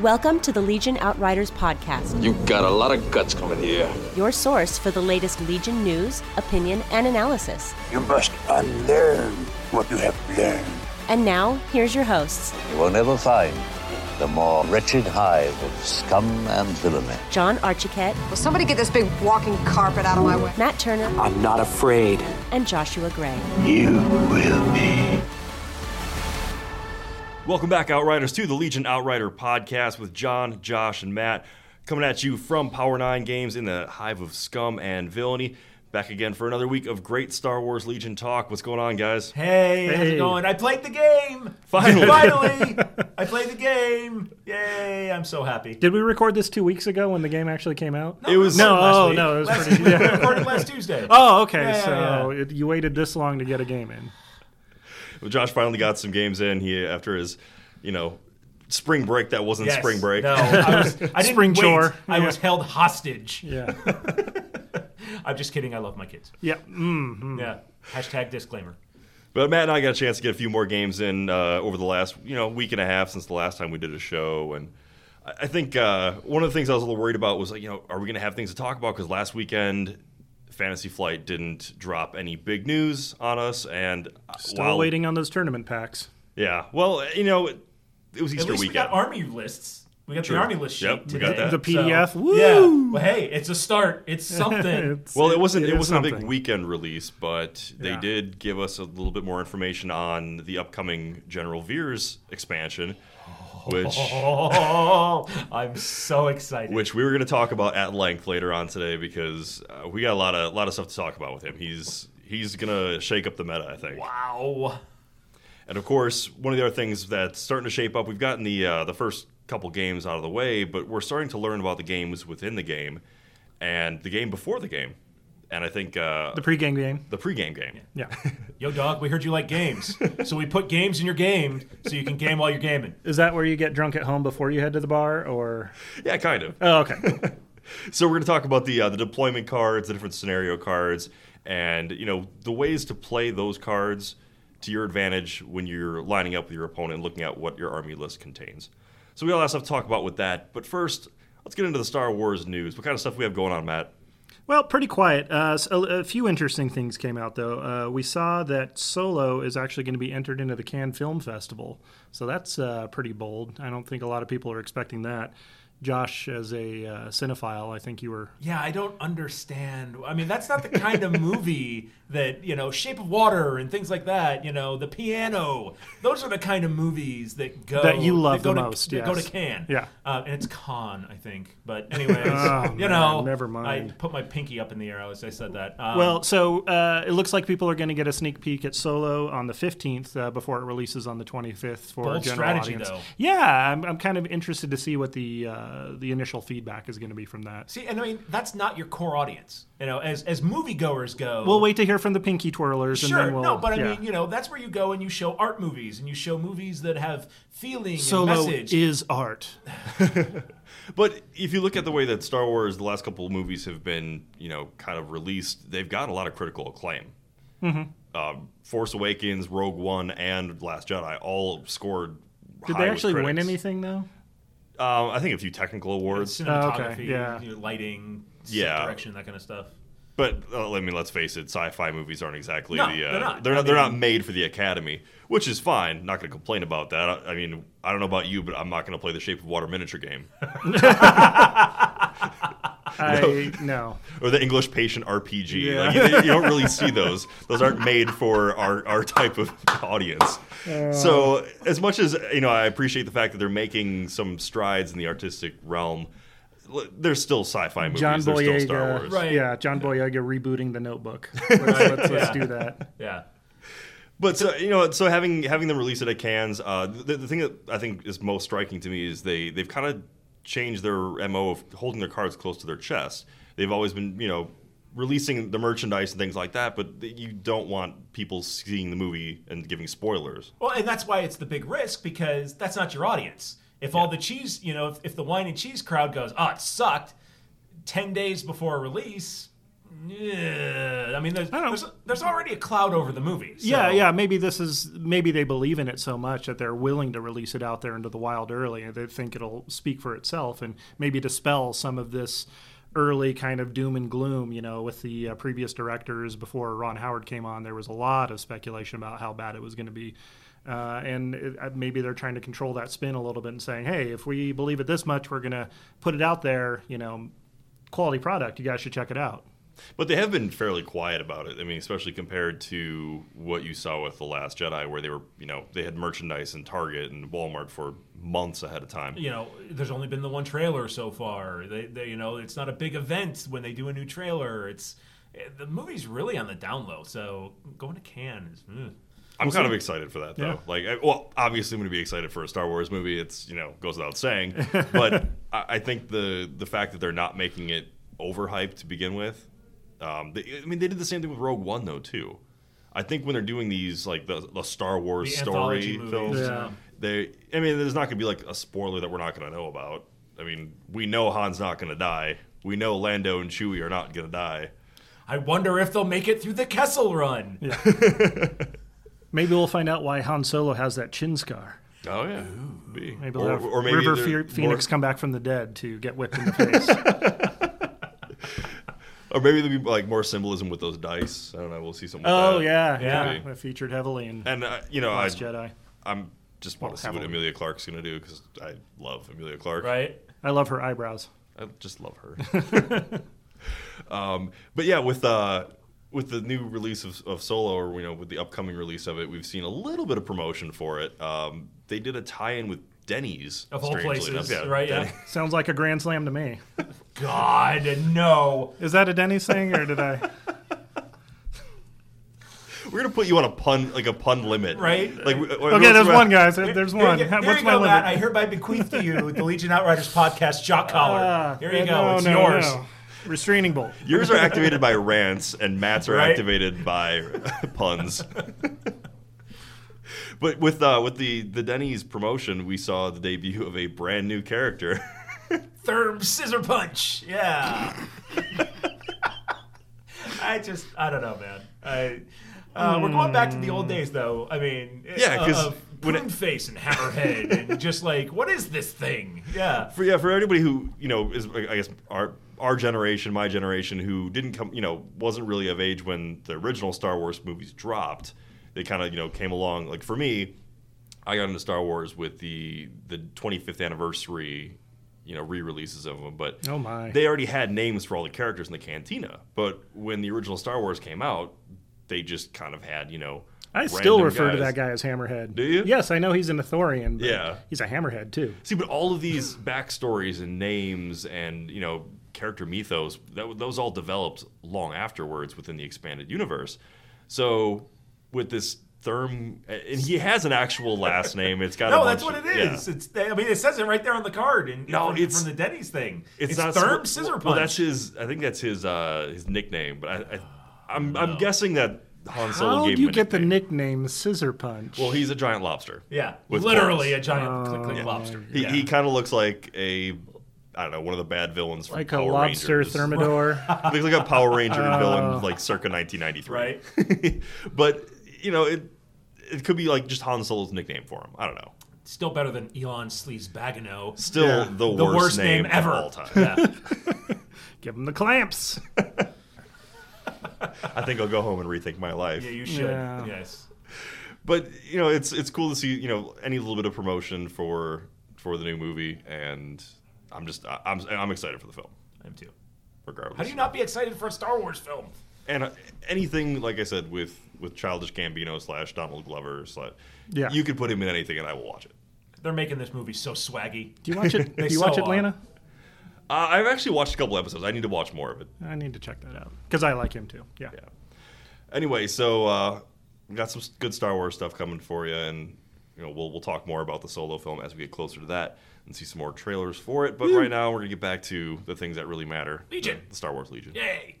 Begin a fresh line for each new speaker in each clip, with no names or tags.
Welcome to the Legion Outriders Podcast,
You got a lot of guts coming here.
your source for the latest Legion news, opinion, and analysis.
You must unlearn what you have learned.
And now, here's your hosts,
You will never find the more wretched hive of scum and villainy.
John Archiquette,
Will somebody get this big walking carpet out of my way?
Matt Turner,
I'm not afraid.
and Joshua Gray.
You will be.
Welcome back, Outriders, to the Legion Outrider podcast with John, Josh, and Matt, coming at you from Power 9 Games in the hive of scum and villainy. Back again for another week of great Star Wars Legion talk. What's going on, guys?
Hey, how's it going? I played the game.
Finally.
Finally, I played the game. Yay! I'm so happy.
Did we record this two weeks ago when the game actually came out?
it was
No,
Last
oh
week.
no, it was
last,
pretty.
we
Yeah.
recorded last Tuesday.
Oh, okay.
Yeah, yeah,
so It, you waited this long to get a game in.
Josh finally got some games in. He after his, you know, spring break that wasn't
Yes.
spring break.
No, I, was, I didn't
Spring
wait.
chore.
I
Yeah.
was held hostage.
Yeah.
I'm just kidding. I love my kids.
yeah. Mm.
Yeah. Hashtag disclaimer.
But Matt and I got a chance to get a few more games in uh, over the last you know week and a half since the last time we did a show, and I I think uh, one of the things I was a little worried about was like you know are we going to have things to talk about because last weekend Fantasy Flight didn't drop any big news on us, and uh,
Still
while-
waiting on those tournament packs.
Yeah, well you know it, it was
At
Easter
least we
weekend.
got army lists. We got
True.
the army list sheet.
Yep, we
today,
got that.
The PDF.
So,
Woo!
Yeah. Well, hey, it's a start. It's something.
It's-
well, it wasn't it,
is
wasn't a big
something.
weekend release, but they
Yeah.
did give us a little bit more information on the upcoming General Veers expansion, which.
oh, I'm so excited.
which we were going to talk about at length later on today because uh, we got a lot of lot of stuff to talk about with him. He's he's going to shake up the meta, I think.
wow.
And of course, one of the other things that's starting to shape up, we've gotten the uh, the first couple games out of the way, but we're starting to learn about the games within the game and the game before the game. And I think uh,
The pregame game.
the pregame game.
Yeah.
Yo, dog, we heard you like games. so we put games in your game so you can game while you're gaming.
Is that where you get drunk at home before you head to the bar, or?
yeah kind of.
Oh, okay.
So we're going to talk about the uh, the deployment cards, the different scenario cards, and you know the ways to play those cards to your advantage when you're lining up with your opponent and looking at what your army list contains. So we got a lot of stuff to talk about with that. But first, let's get into the Star Wars news. What kind of stuff we have going on, Matt?
Well, pretty quiet. Uh, s- a, a few interesting things came out, though. Uh, we saw that Solo is actually going to be entered into the Cannes Film Festival, so that's uh, pretty bold. I don't think a lot of people are expecting that. Josh, as a uh, cinephile, I think you were.
Yeah, I don't understand. I mean, that's not the kind of movie that, you know, Shape of Water and things like that, you know, The Piano. Those are the kind of movies that go
That you love
go
the
to-
most,
that go to
yes.
Cannes.
Yeah.
Uh, and it's con, I think. But anyways,
Oh,
you
man,
know,
never mind.
I put my pinky up in the air as I said that. Um,
Well, so uh, it looks like people are going to get a sneak peek at Solo on the 15th uh, before it releases on the 25th for
Bold
general
strategy,
audience.
though.
Yeah, I'm, I'm kind of interested to see what the uh, the initial feedback is going to be from that.
see, and I mean, that's not your core audience. You know, as as moviegoers go,
We'll wait to hear from the pinky twirlers. and
Sure,
then we'll,
no, but I
yeah.
mean, you know, that's where you go and you show art movies and you show movies that have feeling and
Solo
message.
is art.
But if you look at the way that Star Wars, the last couple of movies have been, you know, kind of released, they've gotten a lot of critical acclaim.
Mm-hmm.
Um, Force Awakens, Rogue One, and Last Jedi all scored.
Did
high
they
with
actually win
critics.
anything though?
Um, I think a few technical awards.
cinematography,
uh, yeah.
you know, lighting, set
Yeah.
direction, that kind of stuff.
But uh, I mean, let's face it, sci-fi movies aren't exactly
No,
the uh,
they're not.
they're
I
not, they're not
mean-
made for the Academy, which is fine. Not going to complain about that. I, I mean, I don't know about you, but I'm not going to play the Shape of Water miniature game
I no.
or the English Patient RPG. Like, you, you don't really see those. Those aren't made for our, our type of audience. So as much as you know, I appreciate the fact that they're making some strides in the artistic realm. l- There's still sci-fi movies.
John
there's still Star
Boyega,
Wars.
Right.
Yeah, John Boyega rebooting the Notebook. Let's, let's, let's do that.
Yeah.
But so you know, so having having them release it at Cannes, uh, the, the thing that I think is most striking to me is they they've kind of changed their mo of holding their cards close to their chest. They've always been you know releasing the merchandise and things like that, but th- you don't want people seeing the movie and giving spoilers.
Well, and that's why it's the big risk because that's not your audience. If all the cheese, you know, "Ah, if, if the wine and cheese crowd goes, oh, it sucked, 10 days before release, Yeah, I mean, there's,
don't know.
there's there's already a cloud over the movie. so-
Yeah, yeah. Maybe this is maybe they believe in it so much that they're willing to release it out there into the wild early, and they think it'll speak for itself, and maybe dispel some of this early kind of doom and gloom. You know, with the uh, previous directors before Ron Howard came on, there was a lot of speculation about how bad it was going to be. Uh, and it, uh, maybe they're trying to control that spin a little bit and saying, "Hey, if we believe it this much, we're going to put it out there. You know, quality product. You guys should check it out."
But they have been fairly quiet about it. I mean, especially compared to what you saw with The Last Jedi, where they were, you know, they had merchandise in Target and Walmart for months ahead of time.
you know, there's only been the one trailer so far. They, they, you know, it's not a big event when they do a new trailer. It's eh, the movie's really on the down low. So going to Cannes is. mm.
I'm kind of excited for that, though.
Yeah.
Like, I, well, obviously, I'm going to be excited for a Star Wars movie. It's, you know, goes without saying. But I, I think the the fact that they're not making it overhyped to begin with, um, they, I mean, they did the same thing with Rogue One, though, too. I think when they're doing these, like, the, the Star Wars
The
story
anthology movies,
films,
yeah.
they, I mean, there's not going to be, like, a spoiler that we're not going to know about. I mean, we know Han's not going to die. We know Lando and Chewie are not going to die.
I wonder if they'll make it through the Kessel Run.
Maybe we'll find out why Han Solo has that chin scar.
Oh, yeah. Maybe.
Maybe they'll have River
they're
Fe-
more-
Phoenix come back from the dead to get whipped in the face.
Or maybe there'd be like more symbolism with those dice. I don't know. We'll see something.
oh
like
yeah,
that.
yeah,
Maybe.
That featured heavily in
And uh, you know, I,
Last Jedi.
I'm just want
Well,
to see
have
what
a-
Amelia Clark's gonna do because I love Amelia Clark.
Right?
I love her eyebrows.
I just love her. um, but yeah, with uh, with the new release of, of Solo, or you know, with the upcoming release of it, we've seen a little bit of promotion for it. Um, they did a tie-in with Denny's
Of all
strangely
places.
enough.
right? Yeah.
Sounds like a grand slam to me.
God, no.
Is that a Denny's thing, or did I?
We're gonna put you on a pun like a pun limit,
Right.
Like we- uh, we-
Okay, there's
we're-
one, guys. There's one.
Here, here
What's
you
my
go, Matt. I
limit?
hereby bequeath to you the Legion Outriders podcast shock collar.
Ah,
here you go.
no,
it's
no,
yours.
no. Restraining bolt.
Yours are activated by rants, and Matt's are
Right.
activated by puns. but with uh, with the the Denny's promotion, we saw the debut of a brand new character.
Therm scissor punch. Yeah. I just, I don't know, man. I, uh, We're going back to the old days, though. I mean,
Yeah, 'cause when it-
when face and hammerhead and just like, what is this thing? Yeah.
for yeah, for anybody who you know is I guess our our generation, my generation, who didn't come, you know, wasn't really of age when the original Star Wars movies dropped. They kind of you know came along. Like for me, I got into Star Wars with the the 25th anniversary, you know, re-releases of them. But
Oh, my.
they already had names for all the characters in the cantina. But when the original Star Wars came out, they just kind of had you know.
I still
random
refer to
guys.
that guy as Hammerhead.
Do you?
Yes, I know he's an Ithorian. But
Yeah.
he's a Hammerhead too.
See, but all of these backstories and names and you know character mythos that those all developed long afterwards within the expanded universe. So with this Therm, and he has an actual last name. It's got a
No, that's
bunch
what
of-
it
yeah.
is. It's, I mean, it says it right there on the card. And
No,
from,
it's-
from the Denny's thing.
It's, not
Therm
well,
scissor punch.
Well, that's his. I think that's his uh, his nickname. But I, I I'm, I'm guessing that Han Solo
How
gave
do you
him a
get the
nickname.
nickname Scissor Punch?
Well, he's a giant lobster.
yeah,
With
literally
claws.
a giant click
Oh,
click lobster.
He,
yeah.
he kind of looks like a I don't know one of the bad villains from
like a
Power
lobster
Rangers.
thermidor.
looks like a Power Ranger
Oh.
villain, like circa 1993.
right.
but you know, it it could be like just Han Solo's nickname for him. I don't know.
Still better than Elon Sleeves Bagano.
Still the, worst
the worst
name,
name ever.
of all time.
Yeah.
Give him the clamps.
I think I'll go home and rethink my life.
Yeah, you should.
Yeah.
Yes.
but you know, it's it's cool to see you know any little bit of promotion for for the new movie, and I'm just I- I'm I'm excited for the film
I am too.
regardless.
How do you not be excited for a Star Wars film?
and uh, anything like I said with with Childish Gambino slash Donald Glover slash
Yeah.
you could put him in anything and I will watch it.
They're making this movie so swaggy.
Do you watch it?
They
Do you watch
so are.
Atlanta?
Uh, I've actually watched a couple episodes. I need to watch more of it.
I need to check that out because I like him too. Yeah.
Yeah. Anyway, so uh, we got some s- good Star Wars stuff coming for you, and you know we'll we'll talk more about the solo film as we get closer to that and see some more trailers for it. But right now, we're gonna get back to the things that really matter:
Legion.
the Star Wars Legion.
Yay!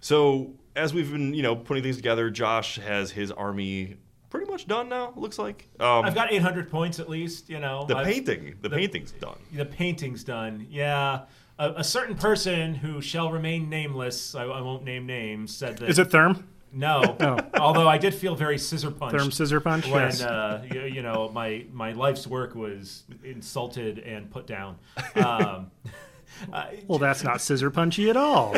So as we've been, you know, putting things together, Josh has his army pretty much done now. it Looks like um,
I've got 800 points at least. You know,
the
I've-
painting. The, painting's done.
The painting's done. Yeah. a, a certain person who shall remain nameless, I, I won't name names, said that.
Is it Therm?
No. Although I did feel very scissor punched.
Therm Scissor Punch?
When
yes.
uh, you, you know my my life's work was insulted and put down. Um,
well, that's not Scissor Punchy at all.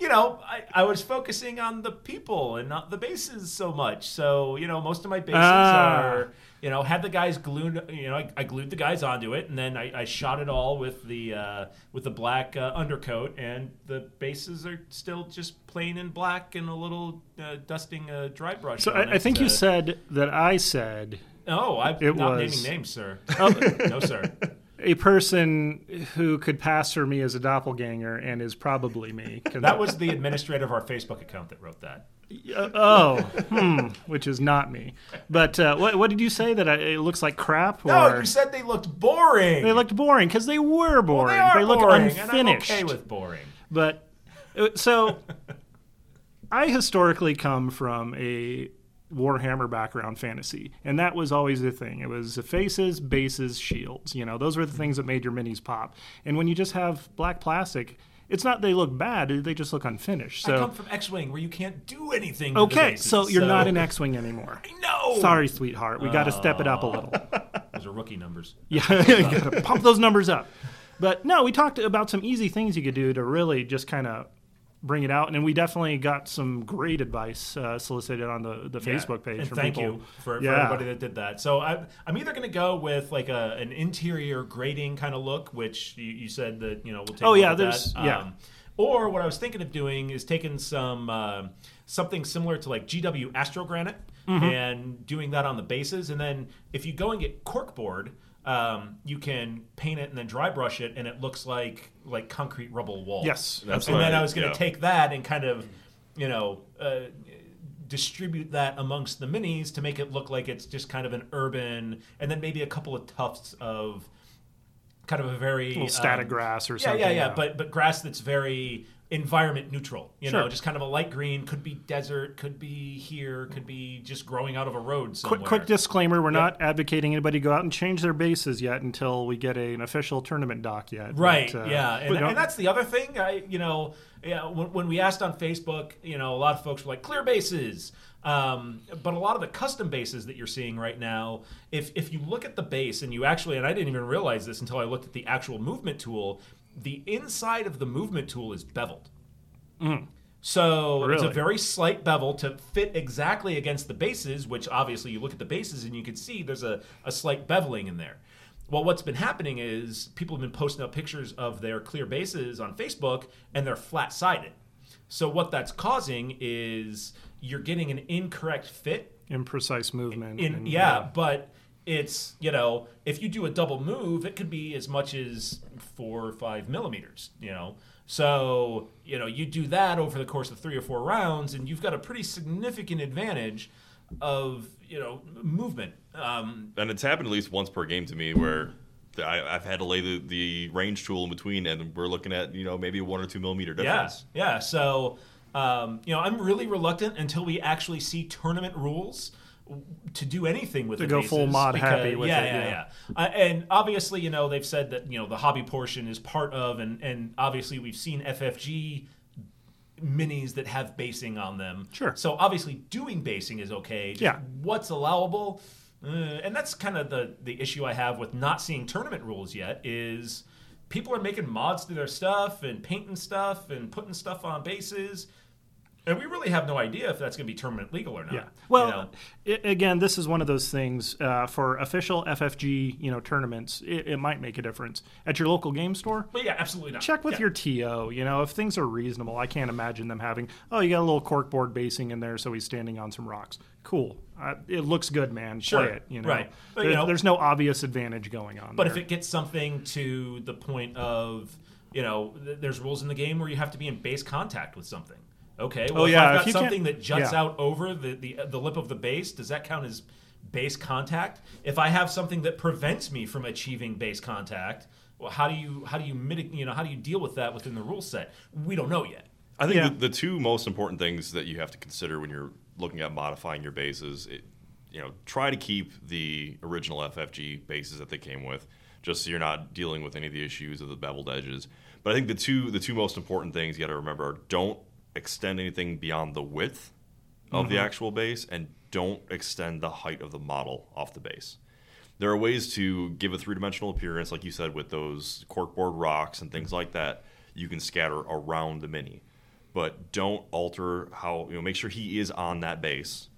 you know, I, I was focusing on the people and not the bases so much. So, you know, most of my bases
Ah.
are, you know, had the guys glued, you know, I, I glued the guys onto it, and then I, I shot it all with the uh, with the black uh, undercoat, and the bases are still just plain and black and a little uh, dusting uh, dry brush.
So
on
I, I
it
think you
to-
said that I said
No, I'm
it
not
was- Oh.
naming names, sir. no, sir.
a person who could pass for me as a doppelganger and is probably me. Can-
That was the administrator of our Facebook account that wrote that.
oh, hmm, which is not me. But uh, what, what did you say that I, it looks like crap?
No,
or-
you said they looked boring.
they looked boring because they were boring.
They are
look
boring,
unfinished.
and I'm okay with boring.
But uh, so I historically come from a Warhammer background fantasy, and that was always the thing. It was faces, bases, shields. You know, those were the things that made your minis pop. And when you just have black plastic, it's not they look bad; they just look unfinished.
I
So
come from X-wing where you can't do anything. to the
okay,
bases,
so you're not an X-wing anymore.
No,
Sorry, sweetheart. We got to step it up
Oh.
a little.
Those are rookie numbers.
Yeah, you gotta pump those numbers up. But no, we talked about some easy things you could do to really just kind of bring it out, and we definitely got some great advice uh, solicited on the, the Facebook
Yeah.
page.
And
from
thank
people.
you for, for
Yeah.
everybody that did that. So I'm, I'm either going to go with like a, an interior grading kind of look, which you, you said that you know we'll take.
Oh,
a look
yeah,
at
there's-
that. Um,
yeah.
or what I was thinking of doing is taking some um something similar to like GW Astrogranite
Mm-hmm.
and doing that on the bases, and then if you go and get corkboard. Um, you can paint it and then dry brush it, and it looks like like concrete rubble wall.
Yes.
That's
and
what
then
I-
I was going to
yeah.
take that and kind of, you know, uh, distribute that amongst the minis to make it look like it's just kind of an urban, and then maybe a couple of tufts of kind of a very um,
Little static grass or something,
Yeah, yeah, yeah.
yeah.
But but grass that's very environment neutral. You know,
Sure.
just kind of a light green. Could be desert. Could be here. Could be just growing out of a road somewhere.
Quick, quick disclaimer: We're not advocating anybody go out and change their bases yet until we get a, an official tournament doc yet.
Right.
But, uh,
yeah.
but
And,
no-
and that's the other thing. I, you know, yeah, when, when we asked on Facebook, you know, a lot of folks were like clear bases. Um, but a lot of the custom bases that you're seeing right now, if if you look at the base and you actually, and I didn't even realize this until I looked at the actual movement tool, the inside of the movement tool is beveled. So it's a
Really?
very slight bevel to fit exactly against the bases, which obviously you look at the bases and you can see there's a, a slight beveling in there. Well, what's been happening is people have been posting up pictures of their clear bases on Facebook and they're flat sided. So what that's causing is you're getting an incorrect fit
imprecise movement.
in
and,
yeah,
uh,
but it's you know if you do a double move, it could be as much as four or five millimeters. You know, so you know you do that over the course of three or four rounds, and you've got a pretty significant advantage of you know movement. Um,
And it's happened at least once per game to me where the- I, I've had to lay the, the range tool in between, and we're looking at you know maybe a one or two millimeter difference.
Yes, yeah. So, um, you know, I'm really reluctant until we actually see tournament rules w- to do anything with to the
go
bases
full mod happy with
yeah,
it,
yeah,
yeah.
yeah, Uh, and obviously, you know, they've said that you know the hobby portion is part of, and and obviously we've seen FFG minis that have basing on them.
Sure.
So obviously, doing basing is okay. Just
Yeah.
What's allowable, uh, and that's kind of the the issue I have with not seeing tournament rules yet is people are making mods to their stuff and painting stuff and putting stuff on bases. And we really have no idea if that's going to be tournament legal or not.
Yeah. Well,
you know?
i- again, this is one of those things uh, for official FFG, you know, tournaments. It, it might make a difference at your local game store.
but yeah, absolutely not.
Check with
Yeah.
your TO. You know, if things are reasonable, I can't imagine them having. Oh, you got a little corkboard basing in there, so he's standing on some rocks. Cool. Uh, it looks good, man.
Sure.
Play it. You know,
Right. But,
There-
you know-
there's no obvious advantage going on.
But
there.
if it gets something to the point of, you know, th- there's rules in the game where you have to be in base contact with something. Okay. Well,
Oh, yeah,
If
if
I've
you
got
can't-
something that juts
yeah.
out over the, the uh, the lip of the base, does that count as base contact? If I have something that prevents me from achieving base contact, well, how do you how do you mitigate? You know, how do you deal with that within the rule set? We don't know yet.
I think
Yeah.
the, the two most important things that you have to consider when you're looking at modifying your bases, it, you know, try to keep the original FFG bases that they came with. just so you're not dealing with any of the issues of the beveled edges. But I think the two the two most important things you got to remember are don't extend anything beyond the width of the actual base and don't extend the height of the model off the base. There are ways to give a three dimensional appearance, like you said, with those corkboard rocks and things like that. You can scatter around the mini, but don't alter how you know. Make sure he is on that base,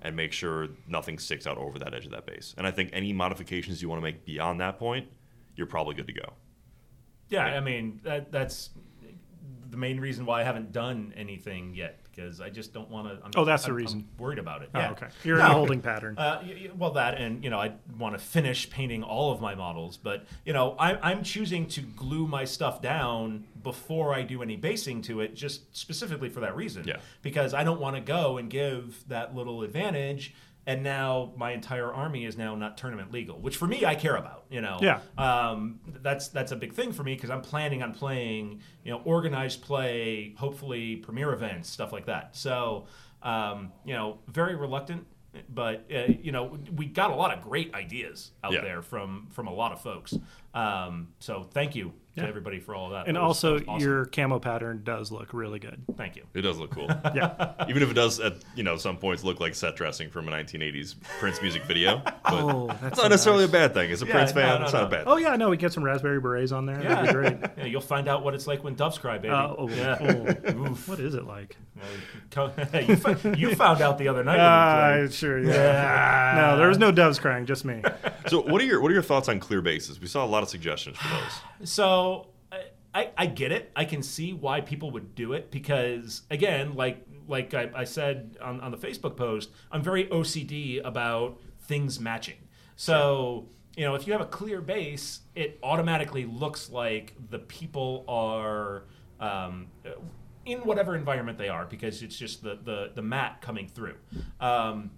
and make sure nothing sticks out over that edge of that base. And I think any modifications you want to make beyond that point, you're probably good to go.
Yeah, I mean that that's the main reason why I haven't done anything yet because I just don't want to.
Oh, that's the reason.
worried about it.
Oh,
yeah.
okay. You're in a holding pattern.
Uh, y- y- well, that and you know, I want to finish painting all of my models, but you know, I, I'm choosing to glue my stuff down before I do any basing to it, just specifically for that reason.
Yeah.
Because I don't want to go and give that little advantage, and now my entire army is now not tournament legal, which for me I care about. You know.
Yeah.
Um, that's that's a big thing for me because I'm planning on playing, you know, organized play, hopefully premier events, stuff like that. So, um, you know, very reluctant, but uh, you know, we got a lot of great ideas out
Yeah.
there from from a lot of folks. Um, so, thank you
Yeah.
to everybody for all of that.
and
That was-
also,
that was awesome.
your camo pattern does look really good.
thank you.
It does look cool.
Yeah.
Even if it does, at you know, some points look like set dressing from a 1980s Prince music video, but
Oh, that's
it's
so
not necessarily
nice.
a bad thing. As a
Yeah,
Prince fan,
no,
it's
no,
not
no.
a bad.
Oh yeah, no, we get some raspberry berets on there. That'd be great.
Yeah, you'll find out what it's like when doves cry, baby.
Uh, oh,
yeah.
oh, what is it like?
Co- you, fo- you found out the other night. when
Uh,
we played.
sure. Yeah. No, there was no doves crying, just me.
So, what are your what are your thoughts on clear bases? We saw a lot of suggestions for those.
So I- I, I get it. I can see why people would do it because again, like like I, I said on, on the Facebook post, I'm very OCD about things matching. So you know, if you have a clear base, it automatically looks like the people are um, in whatever environment they are because it's just the the, the mat coming through. Um,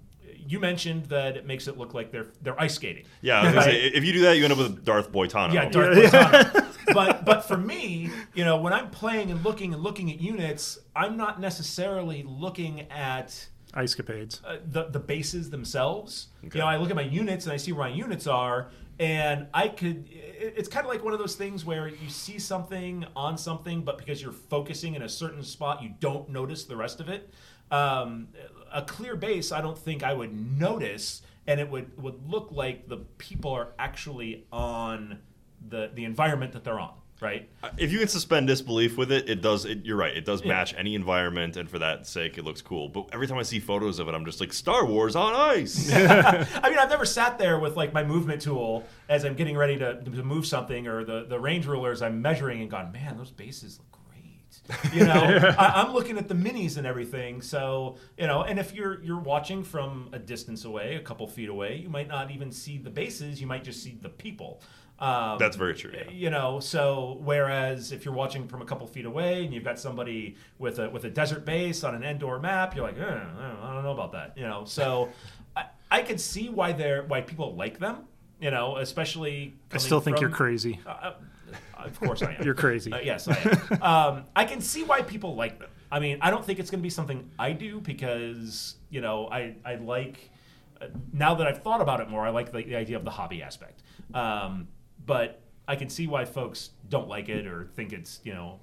you mentioned that it makes it look like they're they're ice skating.
Yeah, I was gonna
Right.
say, if you do that, you end up with Darth Boitano.
Oh. Yeah, Darth Platano. but but for me, you know, when I'm playing and looking and looking at units, I'm not necessarily looking at
Ice capades.
uh, the the bases themselves. You know, I look at my units and I see where my units are, and I could. i- It's kind of like one of those things where you see something on something, but because you're focusing in a certain spot, you don't notice the rest of it. Um, a clear base, I don't think I would notice, and it would would look like the people are actually on the the environment that they're on, right?
Uh, If you can suspend disbelief with it, it does. It, you're right. It does match any environment, and for that sake, it looks cool. But every time I see photos of it, I'm just like Star Wars on ice.
I mean, I've never sat there with like my movement tool as I'm getting ready to, to move something or the, the range rulers I'm measuring and gone, man, those bases look great. You know, I, I'm looking at the minis and everything. So you know, and if you're you're watching from a distance away, a couple feet away, you might not even see the bases. You might just see the people. Um,
That's very true, yeah.
You know, so whereas if you're watching from a couple feet away and you've got somebody with a with a desert base on an indoor map, you're like, eh, I don't know about that. You know, so I, I could see why they're why people like them. You know, especially.
I still think you're
crazy.
crazy.
Uh, of course I am.
You're crazy.
Uh, yes, I am. um, I can see why people like them. I mean, I don't think it's going to be something I do because you know I I like uh, now that I've thought about it more, I like the, the idea of the hobby aspect. Um, but I can see why folks don't like it or think it's you know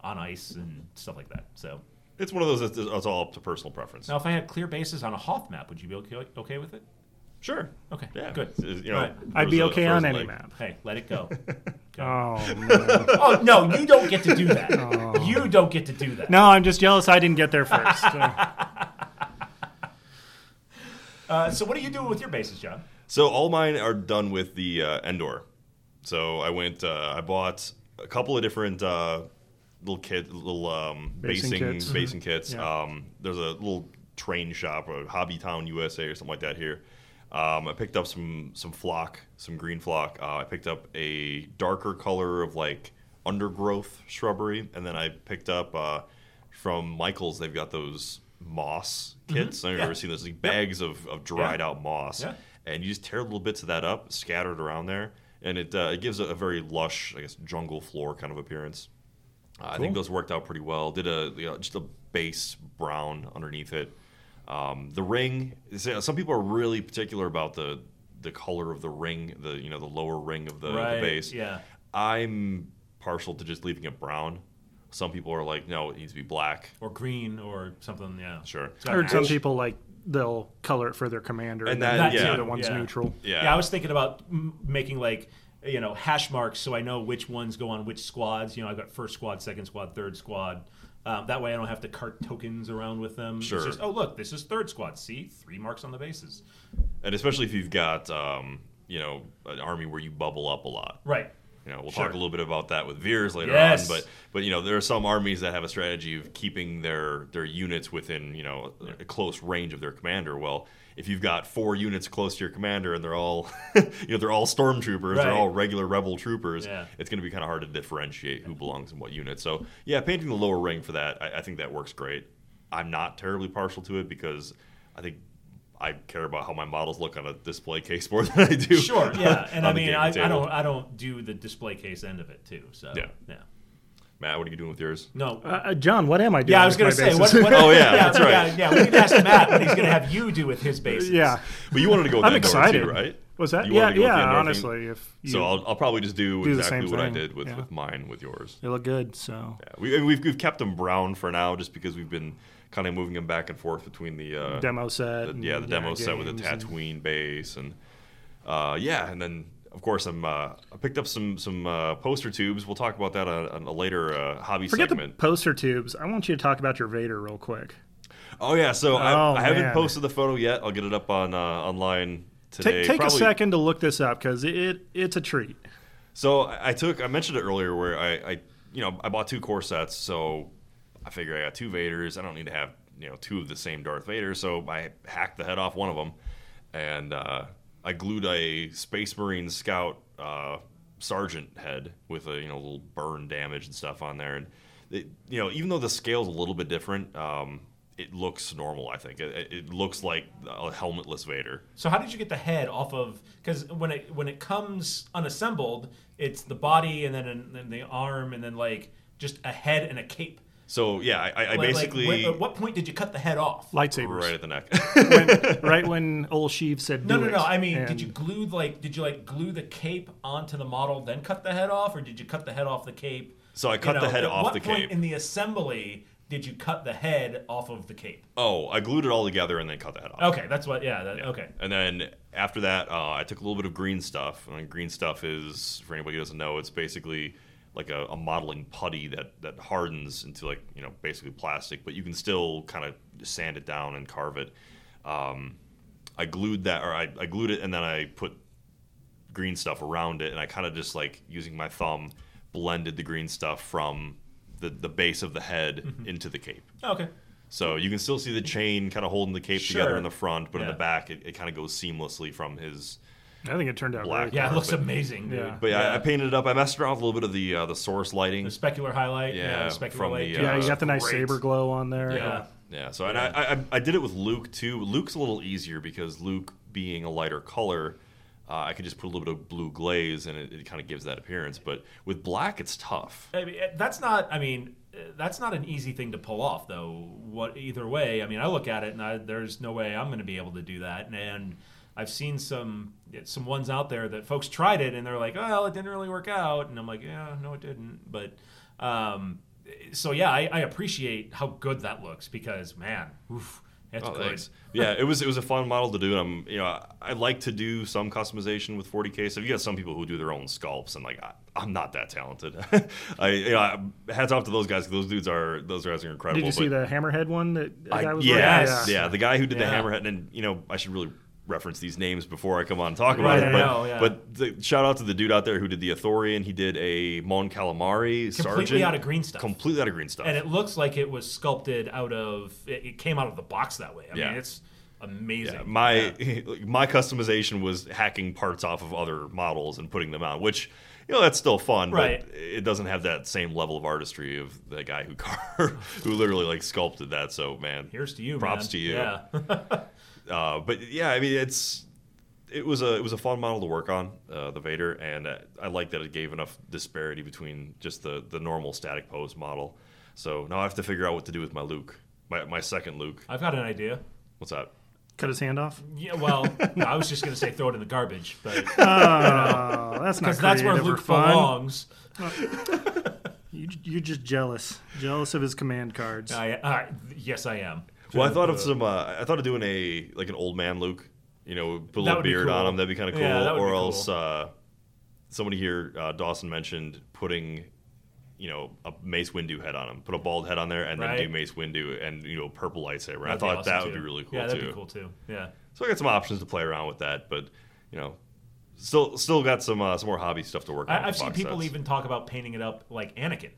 on ice and stuff like that. So
it's one of those. That's, that's all up to personal preference.
now, if I had clear bases on a Hoth map, would you be okay, okay with it?
Sure.
Okay,
Yeah.
good.
It's- you know,
All right.
I'd be
frozen-
okay on
frozen
any
lake.
map.
Hey, let it go.
Oh man.
oh no, you don't get to do that. You don't get to do that.
no, I'm just jealous. I didn't get there first. Uh,
Uh, so what are you doing with your bases, John?
So all mine are done with the uh, Endor. So I went. Uh, I bought a couple of different uh, little kit, little um,
Basing
basing
kits.
basing
Mm-hmm.
kits.
Yeah.
Um, there's a little train shop, or Hobby Town USA, or something like that here. Um, I picked up some some flock, some green flock. Uh, I picked up a darker color of like undergrowth shrubbery, and then I picked up uh, from Michaels. They've got those moss kits. I've
Mm-hmm. Yeah.
never seen those like bags of, of dried out moss
Yeah.
and you just tear little bits of that up, scattered around there, and it uh, it gives a, a very lush, I guess, jungle floor kind of appearance. Uh, I think those worked out pretty well. Did a you know, just a base uh, brown underneath it. Um, the ring. so- Some people are really particular about the the color of the ring, the you know the lower ring of the,
Right,
the base.
yeah.
I'm partial to just leaving it brown. Some people are like, no, it needs to be black.
or green or something. Yeah,
Sure.
It's got
I
an
heard some
ash.
people like they'll color it for their commander, and,
And
then
that-
the
yeah,
other one's
yeah.
neutral.
Yeah.
I was thinking about m- making like you know hash marks so I know which ones go on which squads. You know, I've got first squad, second squad, third squad. Um, that way, I don't have to cart tokens around with them.
Sure.
It's just, oh look, this is third squad. See, three marks on the bases.
And especially if you've got um, you know an army where you bubble up a lot.
Right.
You know, we'll
Sure.
talk a little bit about that with Veers later
Yes.
on, but but you know, there are some armies that have a strategy of keeping their their units within you know a, a close range of their commander. Well, if you've got four units close to your commander and they're all you know they're all stormtroopers,
Right.
they're all regular rebel troopers,
Yeah.
it's going to be kind of hard to differentiate who belongs in what unit. So yeah, painting the lower ring for that, I, I think that works great. I'm not terribly partial to it because I think. I care about how my models look on a display case more than I do.
Sure. Yeah. And I
on the
mean,
game
I, I
table.
don't, I don't do the display case end of it too. So
Yeah. Matt, what are you doing with yours?
No.
Uh, uh, John, what am I doing?
yeah, I was
with
gonna
my
say. What,
bases?
what,
Oh, yeah, that's right.
Yeah, yeah, we can ask Matt what he's gonna have you do with his bases.
yeah,
But you wanted to go with
I'm
Endor
excited.
too, right?
Was that?
You
Yeah,
wanted to go with the
yeah.
Endor thing?
Honestly, if you,
So I'll, I'll probably just do,
Do the
exactly
same
what I
thing,
did with,
yeah.
with mine with yours.
they look good. So
Yeah, we, and we've, we've kept them brown for now just because we've been kind of moving them back and forth between the uh,
demo set.
the-
and,
yeah, the demo set with the
games and-
Tatooine base, and uh, yeah, and then of course I'm uh, I picked up some some uh, poster tubes. We'll talk about that on, on a later uh, hobby
Forget
segment.
the poster tubes. I want you to talk about your Vader real quick.
oh yeah, so
Oh,
I, I haven't
man.
posted the photo yet. I'll get it up on uh, online today.
Take, take a
Probably-
second to look this up because it it's a treat.
So I I took. I mentioned it earlier where I, I you know, I bought two core sets. So I figure I got two Vaders. I don't need to have you know two of the same Darth Vader. So I hacked the head off one of them, and uh, I glued a Space Marine Scout uh, sergeant head with a you know little burn damage and stuff on there. And it, you know, even though the scale's a little bit different. Um, it looks normal, I think. It, it- it looks like a helmetless Vader.
So how did you get the head off of? Because when it when it comes unassembled, it's the body and then and then the arm and then like just a head and a cape.
So yeah, I, I, I
Like- like,
basically
when- at uh, what point did you cut the head off?
Lightsabers.
right at the neck.
right when old Sheev said,
no,
"Do
no,
it,"
no. I mean,
and-
did you glue like did you like glue the cape onto the model then cut the head off, or did you cut the head off the cape?
So I cut the head
at
off
what
the
point
cape.
in the assembly did you cut the head off of the cape?
Oh, I glued it all together and then cut the head off.
Okay, that's what. Yeah. That, Okay.
And then after that, uh, I took a little bit of green stuff. And green stuff is, for anybody who doesn't know, it's basically like a, a modeling putty that, that hardens into like you know basically plastic, but you can still kind of sand it down and carve it. Um, I glued that, or I, I glued it, and then I put green stuff around it, and I kind of just like using my thumb blended the green stuff from the, the base of the head into the cape.
Okay.
So you can still see the chain kind of holding the cape
Sure.
together in the front, but in
Yeah.
the back, it, it kind of goes seamlessly from his.
I think it turned out
Black.
great.
Yeah, it looks
But-
amazing, dude.
Yeah.
But yeah, I, I painted it up. I messed around with a little bit of the uh, the source lighting.
The specular highlight. Yeah,
Yeah,
the specular
from
light.
the,
Yeah,
uh,
you got the nice
Great.
saber glow on there.
Yeah.
Yeah. So and I, I I- I did it with Luke too. Luke's a little easier because Luke being a lighter color, uh, I could just put a little bit of blue glaze and it, it kind of gives that appearance. But with black, it's tough.
I mean, eh, that's not. I mean, eh, that's not an easy thing to pull off, though. What either way, I mean, I look at it and I, there's no way I'm going to be able to do that. And, and I've seen some eh, some ones out there that folks tried it and they're like, well, it didn't really work out. And I'm like, yeah, no, it didn't. But um, eh, so yeah, I, I appreciate how good that looks because man, oof, that's
Oh,
good.
thanks. yeah, it was it was a fun model to do, and I'm you know I, I like to do some customization with 40k. So you got some people who do their own sculpts, and like I, I'm not that talented. I you know I- hats off to those guys. 'cause Those dudes are those guys are incredible.
Did you see
but
the hammerhead one that that
I-
guy was
yeah,
wearing?
yeah, the guy who did
Yeah.
the hammerhead, and you know I should really reference these names before I come on and talk about
Right,
it.
I
But,
know, yeah.
but the, shout out to the dude out there who did the Authorian. He did a Mon Calamari
Completely
sergeant
out of green stuff.
Completely out of green stuff.
and it looks like it was sculpted out of. It, it came out of the box that way. I
Yeah.
mean, it's amazing.
Yeah, my my customization was hacking parts off of other models and putting them on, which you know that's still fun,
Right.
but it doesn't have that same level of artistry of the guy who carved, who literally like sculpted that. So man,
Here's to you.
Props
man.
to you.
Yeah.
Uh, but yeah, I mean it's it was a it was a fun model to work on uh, the Vader, and uh, I like that it gave enough disparity between just the the normal static pose model. So now I have to figure out what to do with my Luke, my my second Luke.
I've got an idea.
What's that?
Cut his hand off.
Yeah, well, I was just going to say throw it in the garbage, but
Oh, that's not
because that's where
creative or
Luke
fun.
belongs.
You, you're just jealous, jealous of his command cards.
I, I, yes, I am.
Well, I thought of some. Uh, I thought of doing a like an old man Luke. You know, put a little
would be
beard on
cool.
him. That'd be kind of cool.
Yeah, that would
or
be cool.
else, uh, somebody here, uh, Dawson mentioned putting, you know, a Mace Windu head on him. Put a bald head on there, and
Right.
then do Mace Windu and you know, purple lightsaber. I
That'd be
thought
awesome,
that would
too.
be really cool
Yeah,
too.
that'd be cool too. Yeah.
So I got some options to play around with that, but you know, still still got some uh, some more hobby stuff to work on.
I,
with
I've
the
seen
box
people
sets.
even talk about painting it up like Anakin.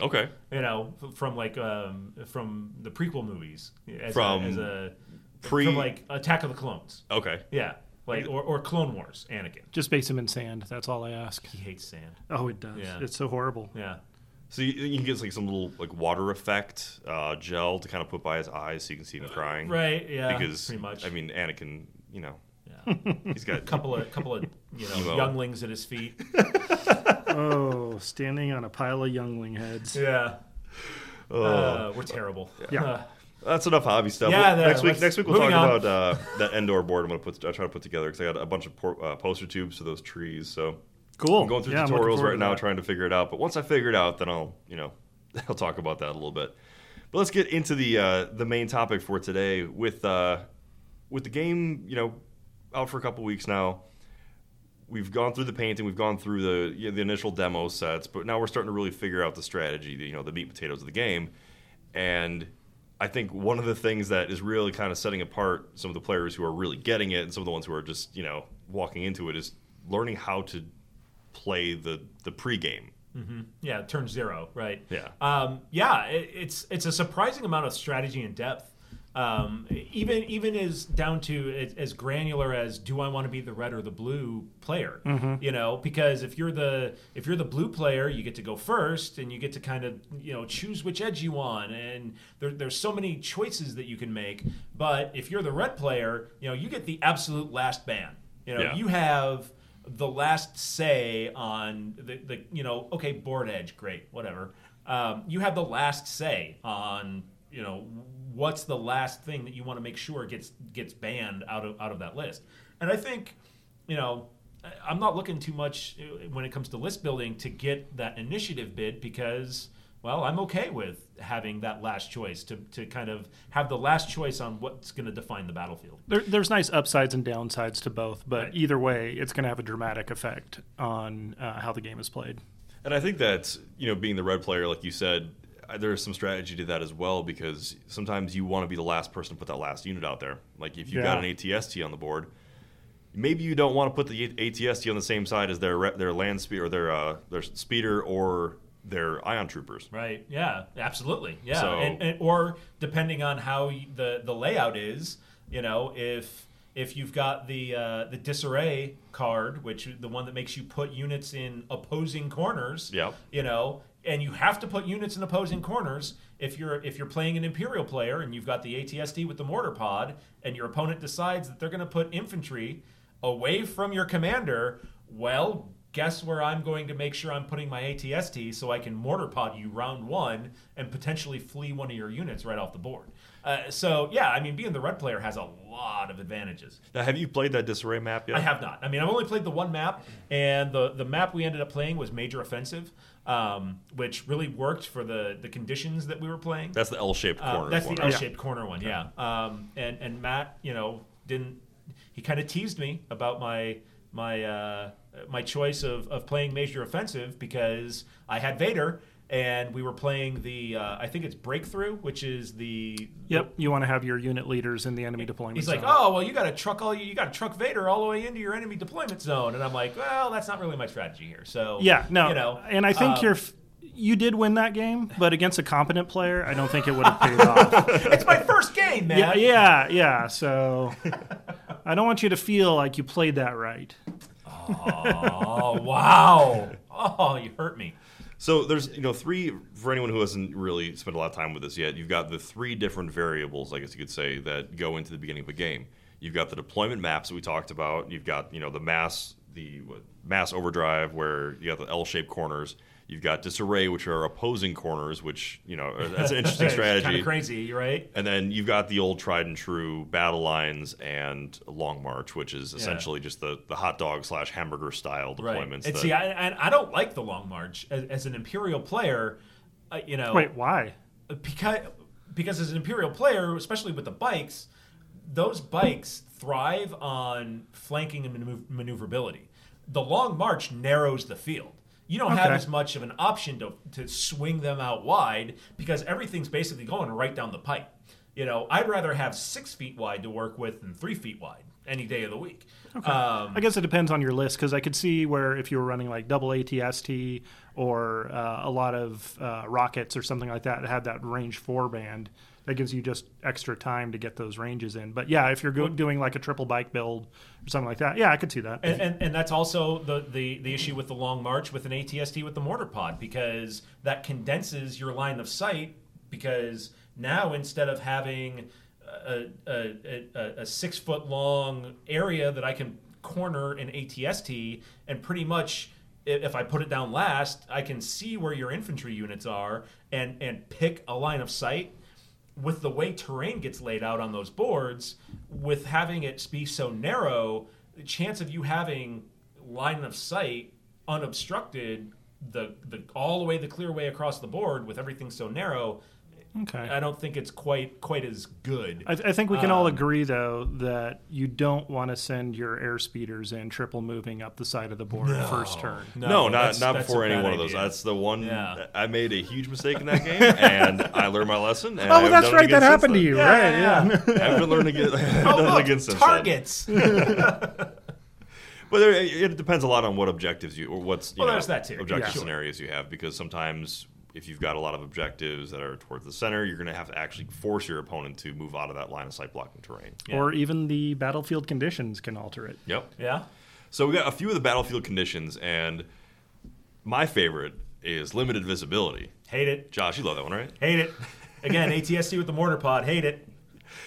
okay.
You know, f- from like um, from the prequel movies, as
From
a, as a
pre-
from like Attack of the Clones.
Okay.
Yeah, like or, or Clone Wars. Anakin.
Just base him in sand. That's all I ask.
He hates sand.
Oh, it does.
Yeah.
It's so horrible.
Yeah.
So you, you can get like some little like water effect uh, gel to kind of put by his eyes, so you can see him crying.
Right. Yeah.
Because
pretty much.
I mean, Anakin, you know,
Yeah.
he's got
couple of couple of you know
Emo.
younglings at his feet.
Oh, standing on a pile of youngling heads.
Yeah. Uh, we're terrible.
Yeah.
Uh,
that's enough hobby stuff.
Yeah, there,
next week,
let's-
next week we'll talk
moving on.
about uh, that Endor board. I'm gonna put, I try to put together because I got a bunch of por- uh, poster tubes for those trees. So
Cool.
I'm going through
Yeah, I'm looking
tutorials
forward
right
to
now,
that.
trying to figure it out. But once I figure it out, then I'll you know I'll talk about that a little bit. But let's get into the uh, the main topic for today with uh, with the game you know out for a couple weeks now. We've gone through the painting, we've gone through the you know, the initial demo sets, but now we're starting to really figure out the strategy, the, you know, the meat and potatoes of the game. And I think one of the things that is really kind of setting apart some of the players who are really getting it and some of the ones who are just you know walking into it is learning how to play the the pregame.
yeah. Turn zero. Right.
Yeah.
Um, yeah. It, it's it's a surprising amount of strategy and depth. Um, even even as down to as, as granular as do I want to be the red or the blue player?
Mm-hmm.
You know, because if you're the if you're the blue player, you get to go first, and you get to kind of you know choose which edge you want, and there, there's so many choices that you can make. But if you're the red player, you know you get the absolute last ban. You know,
Yeah.
you have the last say on the, the you know okay board edge great whatever um, you have the last say on you know what's the last thing that you want to make sure gets gets banned out of out of that list and i think you know I- i'm not looking too much uh, when it comes to list building to get that initiative bid because well i'm okay with having that last choice to, to kind of have the last choice on what's going to define the battlefield
There, there's nice upsides and downsides to both, but either way, it's going to have a dramatic effect on uh, how the game is played.
And I think that you know, being the red player, like you said, I- there's some strategy to that as well because sometimes you want to be the last person to put that last unit out there. Like if you've got
Yeah.
an ATST on the board, maybe you don't want to put the ATST on the same side as their re- their land speeder or their uh, their speeder or their ion troopers.
Right. Yeah. Absolutely. Yeah.
So-
and, and or depending on how y- the the layout is, you know, if if you've got the uh, the disarray card, which the one that makes you put units in opposing corners.
Yep.
You know, and you have to put units in opposing corners. If you're if you're playing an imperial player and you've got the ATSD with the mortar pod, and your opponent decides that they're going to put infantry away from your commander, well, guess where I'm going to make sure I'm putting my ATST so I can mortar pod you round one and potentially flee one of your units right off the board. Uh, so yeah, I mean, being the red player has a lot of advantages.
Now, have you played that disarray map yet?
I have not. I mean, I've only played the one map, and the the map we ended up playing was Major Offensive, um, which really worked for the the conditions that we were playing.
That's the L-shaped
Uh,
corner.
that's
one,
the
right?
L-shaped corner one, yeah. Um, and and Matt, you know, didn't he kind of teased me about my my uh, my choice of of playing Major Offensive because I had Vader. And we were playing the, uh, I think it's Breakthrough, which is the
Yep, you want to have your unit leaders in the enemy deployment.
He's like,
zone.
oh well, you got to truck all you, you got to truck Vader all the way into your enemy deployment zone, and I'm like, well, that's not really my strategy here. So
yeah, no,
"Oh," you know,
and I think
um,
you're. F- you did win that game, but against a competent player, I don't think it would have paid off.
it's my first game, man.
Yeah, yeah, yeah. So I don't want you to feel like you played that right.
Oh wow, oh you hurt me.
So there's you know three for anyone who hasn't really spent a lot of time with this yet. You've got the three different variables, I guess you could say, that go into the beginning of a game. You've got the deployment maps that we talked about. You've got you know the mass the what, mass overdrive where you got the L-shaped corners. You've got disarray, which are opposing corners, which you know are- that's an interesting strategy.
Kind of crazy, right?
And then you've got the old tried and true battle lines and long march, which is essentially just the, the hot dog slash hamburger style
Right.
deployments.
And
that-
see, I, and I don't like the long march as, as an imperial player. Uh, you know,
Wait, why?
uh, because because as an imperial player, especially with the bikes, those bikes thrive on flanking and manu- maneuverability. The long march narrows the field. You don't have
Okay.
as much of an option to, to swing them out wide because everything's basically going right down the pipe. You know, I'd rather have six feet wide to work with than three feet wide any day of the week. Um,
I guess it depends on your list because I could see where if you were running like double ATST or uh, a lot of uh, rockets or something like that that had that range four band, that gives you just extra time to get those ranges in. But yeah, if you're go- doing like a triple bike build or something like that, yeah, I could see that.
And, and, and that's also the, the, the issue with the long march with an ATST with the mortar pod because that condenses your line of sight. Because now instead of having a, a, a- a, a six foot long area that I can corner an ATST and pretty much i- if I put it down last, I can see where your infantry units are and, and pick a line of sight with the way terrain gets laid out on those boards, with having it be so narrow, the chance of you having line of sight unobstructed, the the all the way the clear way across the board with everything so narrow,
okay.
I don't think it's quite quite as good.
I, I think we can all agree, though, that you don't want to send your air speeders in triple moving up the side of the board first turn.
no, not
that's-
not
that's
before
a
any
bad
one of those.
idea.
That's the one.
Yeah.
I made a huge mistake in that game, and I learned my lesson. And
Oh,
I've
that's
done it
right.
again
That
since
happened to
then.
you,
Yeah,
right?
yeah,
yeah.
I've been learning again.
Oh, look,
again since then.
targets.
But there, it depends a lot on what objectives you or what's you
Well,
know,
there's that too.
objective
Yeah. Sure.
scenarios you have because sometimes if you've got a lot of objectives that are towards the center, you're going to have to actually force your opponent to move out of that line of sight blocking terrain.
Or even the battlefield conditions can alter it.
Yep.
yeah.
So we got a few of the battlefield conditions, and my favorite is limited visibility.
Hate it.
Josh, you love that one, right?
Hate it. Again, ATSC with the mortar pod. Hate it.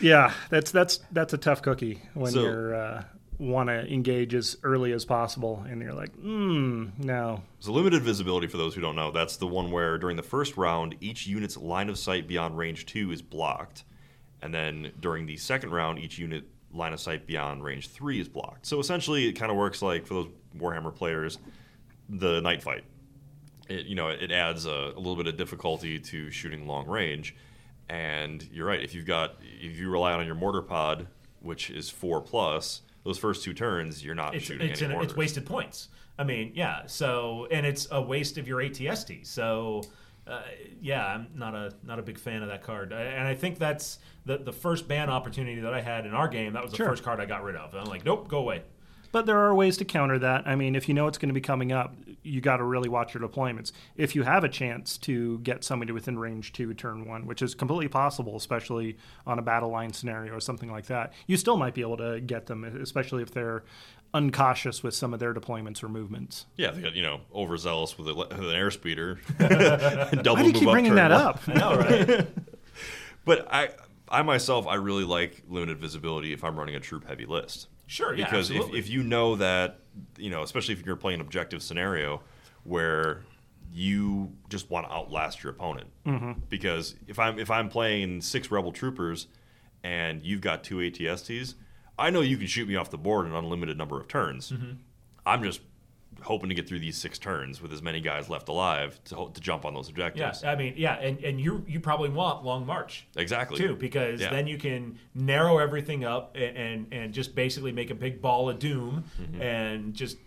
Yeah, that's that's that's a tough cookie when
So-
you're uh, want to engage as early as possible, and you're like, hmm, no.
So limited visibility, for those who don't know, that's the one where during the first round, each unit's line of sight beyond range two is blocked, and then during the second round, each unit line of sight beyond range three is blocked. So essentially, it kind of works like for those Warhammer players, the night fight. It, you know, it adds a, a little bit of difficulty to shooting long range, and you're right. If you've got if you rely on your mortar pod, which is four plus, those first two turns, you're not
it's
shooting
it's,
any
an- it's
mortars.
wasted points. I mean, yeah. So and it's a waste of your ATST. So uh, yeah, I'm not a not a big fan of that card. I, and I think that's the the first ban opportunity that I had in our game. That was the first card I got rid of. I'm like, nope, go away.
But there are ways to counter that. I mean, if you know it's going to be coming up, you got to really watch your deployments. If you have a chance to get somebody within range two, turn one, which is completely possible, especially on a battle line scenario or something like that, you still might be able to get them, especially if they're uncautious with some of their deployments or movements.
Yeah, they got you know overzealous with, a, with an airspeeder. Double
Why do you
move
keep
up,
bringing
turn
that
left.
up?
All right.
But I, I myself, I really like limited visibility if I'm running a troop heavy list.
Sure, yeah,
Because if,
absolutely.
if you know that, you know, especially if you're playing an objective scenario where you just want to outlast your opponent.
Mm-hmm.
Because if I'm if I'm playing six rebel troopers and you've got two ATSTs, I know you can shoot me off the board an unlimited number of turns.
Mm-hmm.
I'm just hoping to get through these six turns with as many guys left alive to, ho- to jump on those objectives.
Yes, I mean, yeah, and, and you you probably want long march.
Exactly.
Too, because
Yeah.
then you can narrow everything up and, and and just basically make a big ball of doom
Mm-hmm.
and just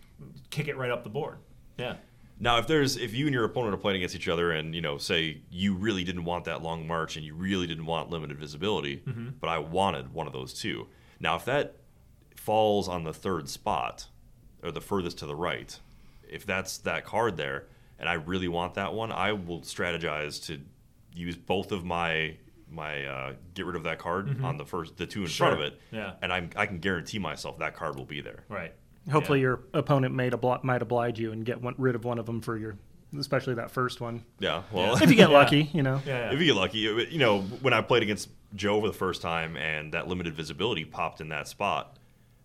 kick it right up the board. Yeah.
Now, if there's if you and your opponent are playing against each other, and you know, say you really didn't want that long march, and you really didn't want limited visibility,
Mm-hmm.
but I wanted one of those two. Now, if that falls on the third spot or the furthest to the right, if that's that card there, and I really want that one, I will strategize to use both of my my uh, get rid of that card on the first the two in front
Mm-hmm. Sure.
of it,
Yeah.
and I'm I can guarantee myself that card will be there.
Right.
Hopefully, your opponent made obli- might oblige you and get one, rid of one of them for your, especially that first one.
Yeah, well,
If you get lucky, you know.
Yeah. yeah.
If you get lucky, you you know, when I played against Joe for the first time and that limited visibility popped in that spot,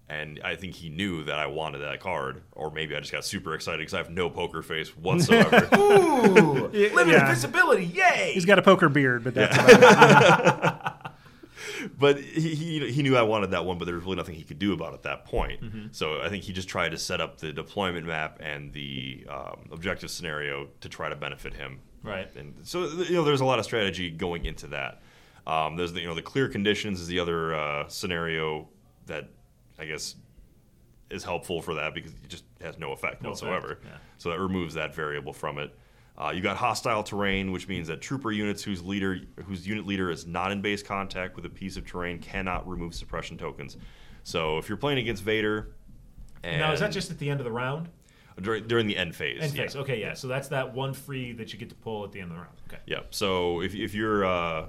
And I think he knew that I wanted that card, or maybe I just got super excited because I have no poker face whatsoever.
Ooh, limited
yeah.
visibility, yay!
He's got a poker beard, but that's about
but he, he he knew I wanted that one, but there was really nothing he could do about it at that point. So I think he just tried to set up the deployment map and the um, objective scenario to try to benefit him.
Right.
And so you know, there's a lot of strategy going into that. Um, there's the you know the clear conditions is the other uh, scenario that I guess is helpful for that because it just has no effect
No effect,
whatsoever.
yeah.
So that removes that variable from it. Uh, you got hostile terrain, which means that trooper units whose leader, whose unit leader is not in base contact with a piece of terrain, cannot remove suppression tokens. So if you're playing against Vader, and
now is that just at the end of the round?
during, during the end phase?
End
yeah.
phase. Okay, yeah. So that's that one free that you get to pull at the end of the round. Okay.
Yeah. So if, if you're, uh,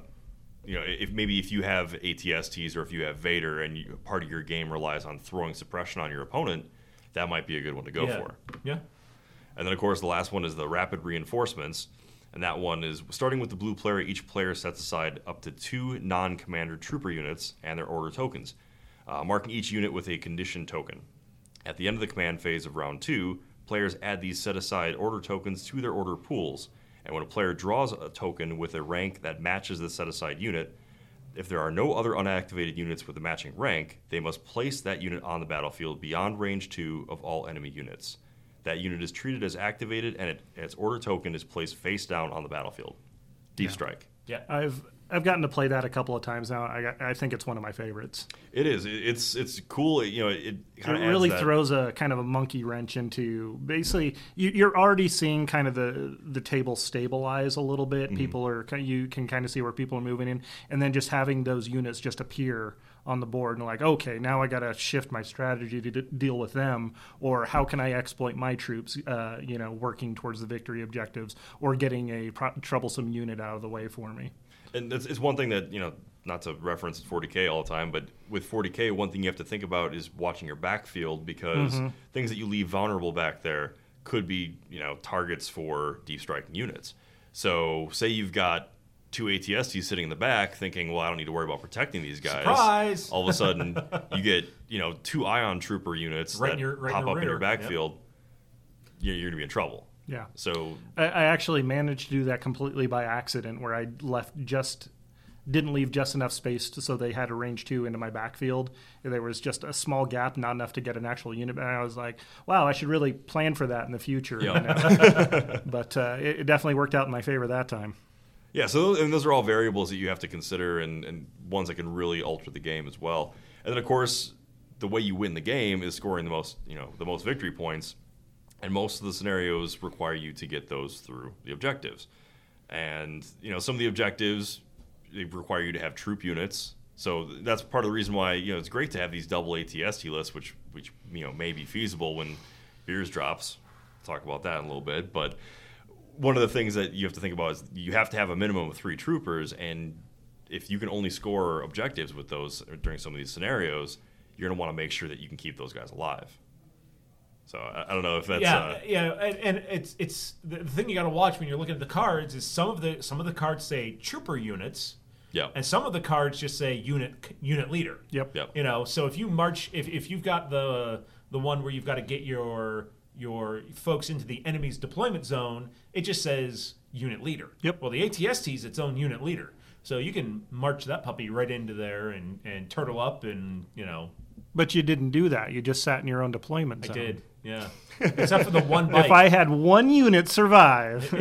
you know, if maybe if you have ATSTs or if you have Vader and you, part of your game relies on throwing suppression on your opponent, that might be a good one to go
yeah.
for.
Yeah.
And then, of course, the last one is the rapid reinforcements. And that one is starting with the blue player, each player sets aside up to two non commander trooper units and their order tokens, uh, marking each unit with a condition token. At the end of the command phase of round two, players add these set aside order tokens to their order pools. And when a player draws a token with a rank that matches the set aside unit, if there are no other unactivated units with a matching rank, they must place that unit on the battlefield beyond range 2 of all enemy units. That unit is treated as activated and it, its order token is placed face down on the battlefield. Deep strike.
Yeah.
I've I've gotten to play that a couple of times now. I, I think it's one of my favorites.
It is. It, it's it's cool. It, you know, it kind
it
of
really throws a kind of a monkey wrench into basically you, you're already seeing kind of the the table stabilize a little bit people are ki- you can kind of see where people are moving in and then just having those units just appear on the board and like okay now i gotta shift my strategy to d- deal with them or how can i exploit my troops uh, you know working towards the victory objectives or getting a pro- troublesome unit out of the way for me
and it's, it's one thing that you know not to reference 40k all the time but with 40k one thing you have to think about is watching your backfield because
Mm-hmm.
things that you leave vulnerable back there could be you know targets for deep striking units so say you've got two ATSTs sitting in the back thinking well I don't need to worry about protecting these guys
Surprise!
all of a sudden you get you know two ion trooper units
Right in
that
your- right in
pop
your
up in your
rear, yep.
backfield you're, you're gonna be in trouble
yeah
so
I, I actually managed to do that completely by accident, where I left just didn't leave just enough space to, so they had a range two into my backfield. There was just a small gap, not enough to get an actual unit. And I was like, "Wow, I should really plan for that in the future." you know? but uh, it, it definitely worked out in my favor that time.
Yeah, so and those are all variables that you have to consider and, and ones that can really alter the game as well. And then of course, the way you win the game is scoring the most, you know, the most victory points. And most of the scenarios require you to get those through the objectives. And, you know, some of the objectives they require you to have troop units. So th- that's part of the reason why, you know, it's great to have these double ATST lists, which which, you know, may be feasible when beers drops. Talk about that in a little bit, but one of the things that you have to think about is you have to have a minimum of three troopers, and if you can only score objectives with those during some of these scenarios, you're going to want to make sure that you can keep those guys alive. So I, I don't know if that's
yeah,
uh,
yeah, and, and it's it's the the thing you got to watch when you're looking at the cards is some of the some of the cards say trooper units,
yeah,
and some of the cards just say unit unit leader.
Yep.
Yep.
You know, so if you march, if, if you've got the the one where you've got to get your your folks into the enemy's deployment zone, it just says unit leader.
Yep.
Well, the ATST is its own unit leader, so you can march that puppy right into there and and turtle up and you know.
But you didn't do that. You just sat in your own deployment
I
zone.
did, yeah. Except for the one bike.
If I had one unit survive,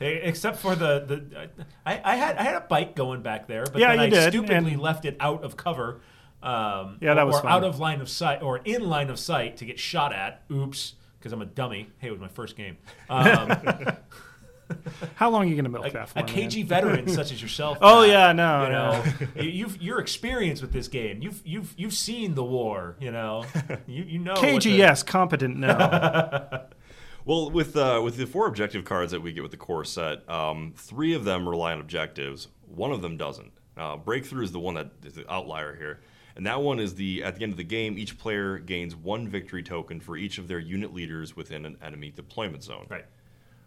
Eh, Except for the the, I, I had I had a bike going back there, but
Yeah,
then
you
I
did,
stupidly
and-
left it out of cover. Um,
Yeah, that was
or
fun.
out of line of sight or in line of sight to get shot at. Oops, because I'm a dummy. Hey, it was my first game. Um,
how long are you going to milk
a,
that for?
a
man?
KG veteran such as yourself.
Oh,
Matt,
yeah, no,
you
no.
know, you- you've your experience with this game. You've you've you've seen the war. You know, you you know what the-
KG, yes, competent, no.
Well, with uh, with the four objective cards that we get with the core set, um, three of them rely on objectives. One of them doesn't. Uh, Breakthrough is the one that is the outlier here, and that one is the at the end of the game, each player gains one victory token for each of their unit leaders within an enemy deployment zone.
Right.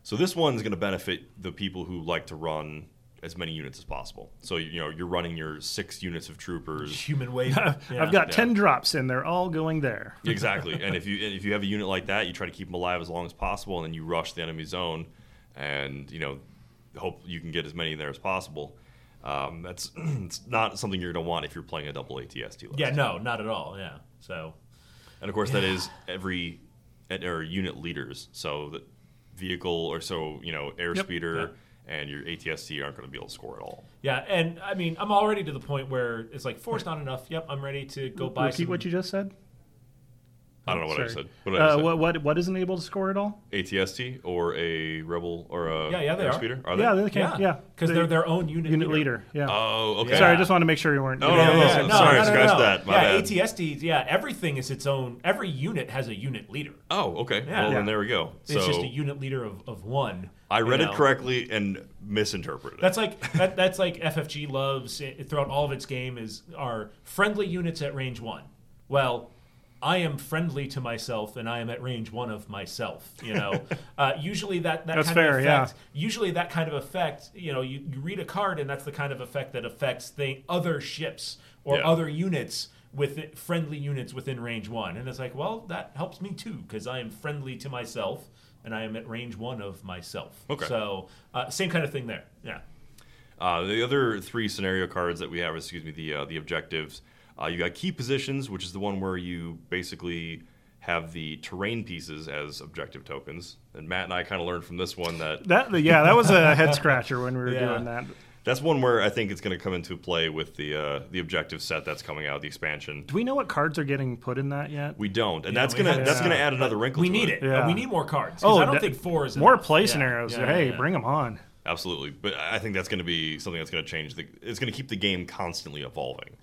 So this one's going to benefit the people who like to run as many units as possible. So you know you're running your six units of troopers
Human wave. Yeah.
I've got ten drops and they're all going there.
exactly. And if you and if you have a unit like that, you try to keep them alive as long as possible, and then you rush the enemy zone, and you know hope you can get as many in there as possible. Um, that's it's not something you're going to want if you're playing a double ATST list.
Yeah, no, not at all. Yeah. So
And of course, that is every at, or unit leaders. So the vehicle or so you know airspeeder speeder and your ATSC aren't going to be able to score at all.
yeah, and I mean, I'm already to the point where it's like four's not enough. Yep, I'm ready to go buy
Repeat
some.
what you just said.
I
Oh,
don't know what I
Sorry.
said. What did I
uh,
say?
what, what what isn't able to score at all?
ATST or a rebel or a
Yeah, yeah, they are.
airspeeder? Are, they?
Yeah, they can.
yeah,
Yeah,
because
They-
they're their own unit.
unit
leader.
leader. Yeah.
Oh, okay.
Sorry, I just wanted to make sure you weren't.
Oh, No, no, no,
Yeah,
no,
no,
sorry,
no, no,
scratch
no.
that. My
yeah,
bad.
ATSD. Yeah, everything is its own. Every unit has a unit leader.
Oh, okay.
Yeah.
well,
Yeah.
then there we go. So
it's just a unit leader of, of one.
I
you
read
know.
it correctly and misinterpreted.
That's like that, that's like FFG loves it, throughout all of its game is are friendly units at range one. Well, I am friendly to myself, and I am at range one of myself. You know, uh, usually that, that
That's
kind
fair,
Of
yeah.
effect, Usually that kind of effect, you know, you, you read a card, and that's the kind of effect that affects the other ships or
Yeah.
other units with friendly units within range one. And it's like, well, that helps me too because I am friendly to myself, and I am at range one of myself.
Okay.
So uh, same kind of thing there. Yeah.
Uh, the other three scenario cards that we have, excuse me, the uh, the objectives. Uh, you got key positions, which is the one where you basically have the terrain pieces as objective tokens. And Matt and I kind of learned from this one that
That yeah, that was a head scratcher when we were
Yeah.
doing that.
that's one where I think it's going to come into play with the uh, the objective set that's coming out, the expansion.
Do we know what cards are getting put in that yet?
We don't, and that's
we
gonna
have
that's
to-
gonna add another wrinkle.
We
to
need it.
Yeah.
We need more cards. Oh, I don't
that-
think four is
more
enough.
play
Yeah,
scenarios.
yeah,
hey,
yeah.
bring them on.
Absolutely, but I I think that's going to be something that's going to change. The, it's going to keep the game constantly evolving.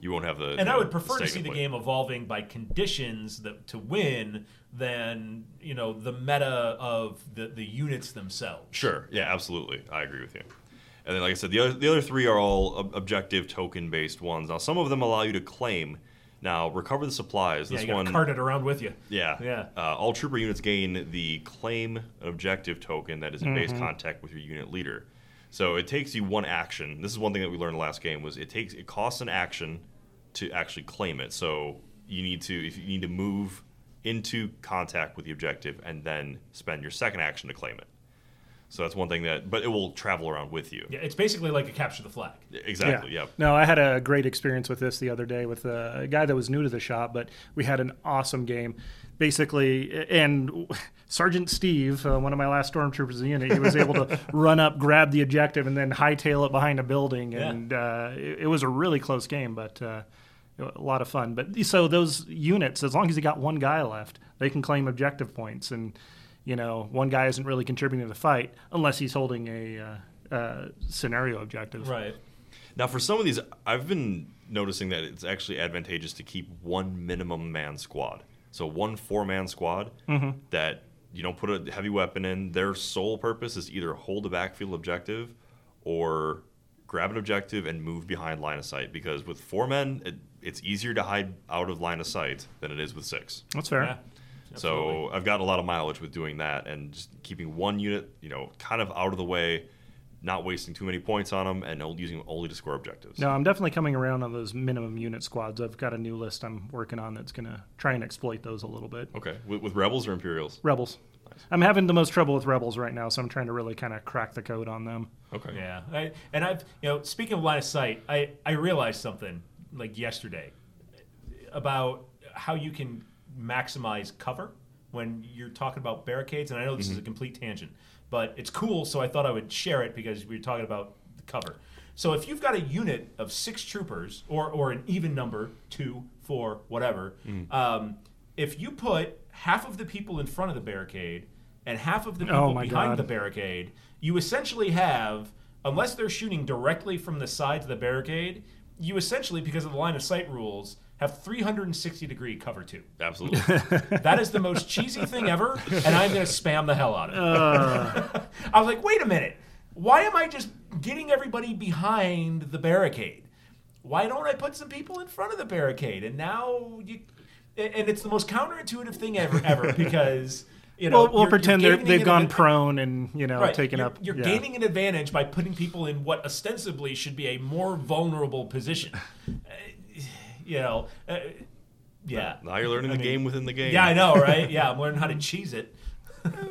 You won't have the.
And
you
I
know,
would prefer to
stagnant
see the
play.
game evolving by conditions that, to win than you know the meta of the, the units themselves.
Sure. Yeah. Absolutely. I agree with you. And then, like I said, the other the other three are all ob- objective token based ones. Now, some of them allow you to claim. Now, recover the supplies.
Yeah,
This
you gotta
one.
cart it around with you.
Yeah.
Yeah.
Uh, all trooper units gain the claim objective token that is in base contact with your unit leader. So it takes you one action. This is one thing that we learned last game was it takes it costs an action to actually claim it. So you need to if you need to move into contact with the objective and then spend your second action to claim it. So that's one thing that but it will travel around with you.
Yeah, it's basically like a capture the flag.
Exactly. Yep.
No, I had a great experience with this the other day with a guy that was new to the shop, but we had an awesome game. Basically, and Sergeant Steve, uh, one of my last stormtroopers in the unit, he was able to run up, grab the objective, and then hightail it behind a building. And uh, it, it was a really close game, but uh, a lot of fun. But so those units, as long as you got one guy left, they can claim objective points. And you know, one guy isn't really contributing to the fight unless he's holding a uh, uh, scenario objective.
Right.
Now, for some of these, I've been noticing that it's actually advantageous to keep one minimum man squad. So one four-man squad that you don't put a heavy weapon in. Their sole purpose is either hold a backfield objective or grab an objective and move behind line of sight. Because with four men, it, it's easier to hide out of line of sight than it is with six.
That's fair.
Yeah.
So I've gotten a lot of mileage with doing that and just keeping one unit, you know, kind of out of the way, not wasting too many points on them, and only using them only to score objectives.
No, I'm definitely coming around on those minimum unit squads. I've got a new list I'm working on that's going to try and exploit those a little bit.
Okay, with, with rebels or imperials?
Rebels. I'm having the most trouble with rebels right now, so I'm trying to really kind of crack the code on them.
Okay.
Yeah. I, and I've you know speaking of line of sight, I I realized something like yesterday about how you can maximize cover when you're talking about barricades. And I know this is a complete tangent, but it's cool, so I thought I would share it because we were talking about the cover. So if you've got a unit of six troopers or, or an even number, two, four, whatever, um, if you put half of the people in front of the barricade and half of the people
Oh my
behind
God.
the barricade, you essentially have, unless they're shooting directly from the sides of the barricade, you essentially, because of the line of sight rules, have 360 degree cover two.
Absolutely.
That is the most cheesy thing ever, and I'm going to spam the hell out of it.
Uh.
I was like, wait a minute. Why am I just getting everybody behind the barricade? Why don't I put some people in front of the barricade? And now you, and it's the most counterintuitive thing ever, ever because You know,
We'll, we'll
you're- you're
pretend they're,
gaining
they've
an
gone
advan-
prone and you know
Right.
taken
you're,
up.
You're
yeah.
gaining an advantage by putting people in what ostensibly should be a more vulnerable position. Uh, you know, uh, yeah.
Now you're learning the
mean-
game within the game.
Yeah, I know, right? Yeah, I'm learning how to cheese it.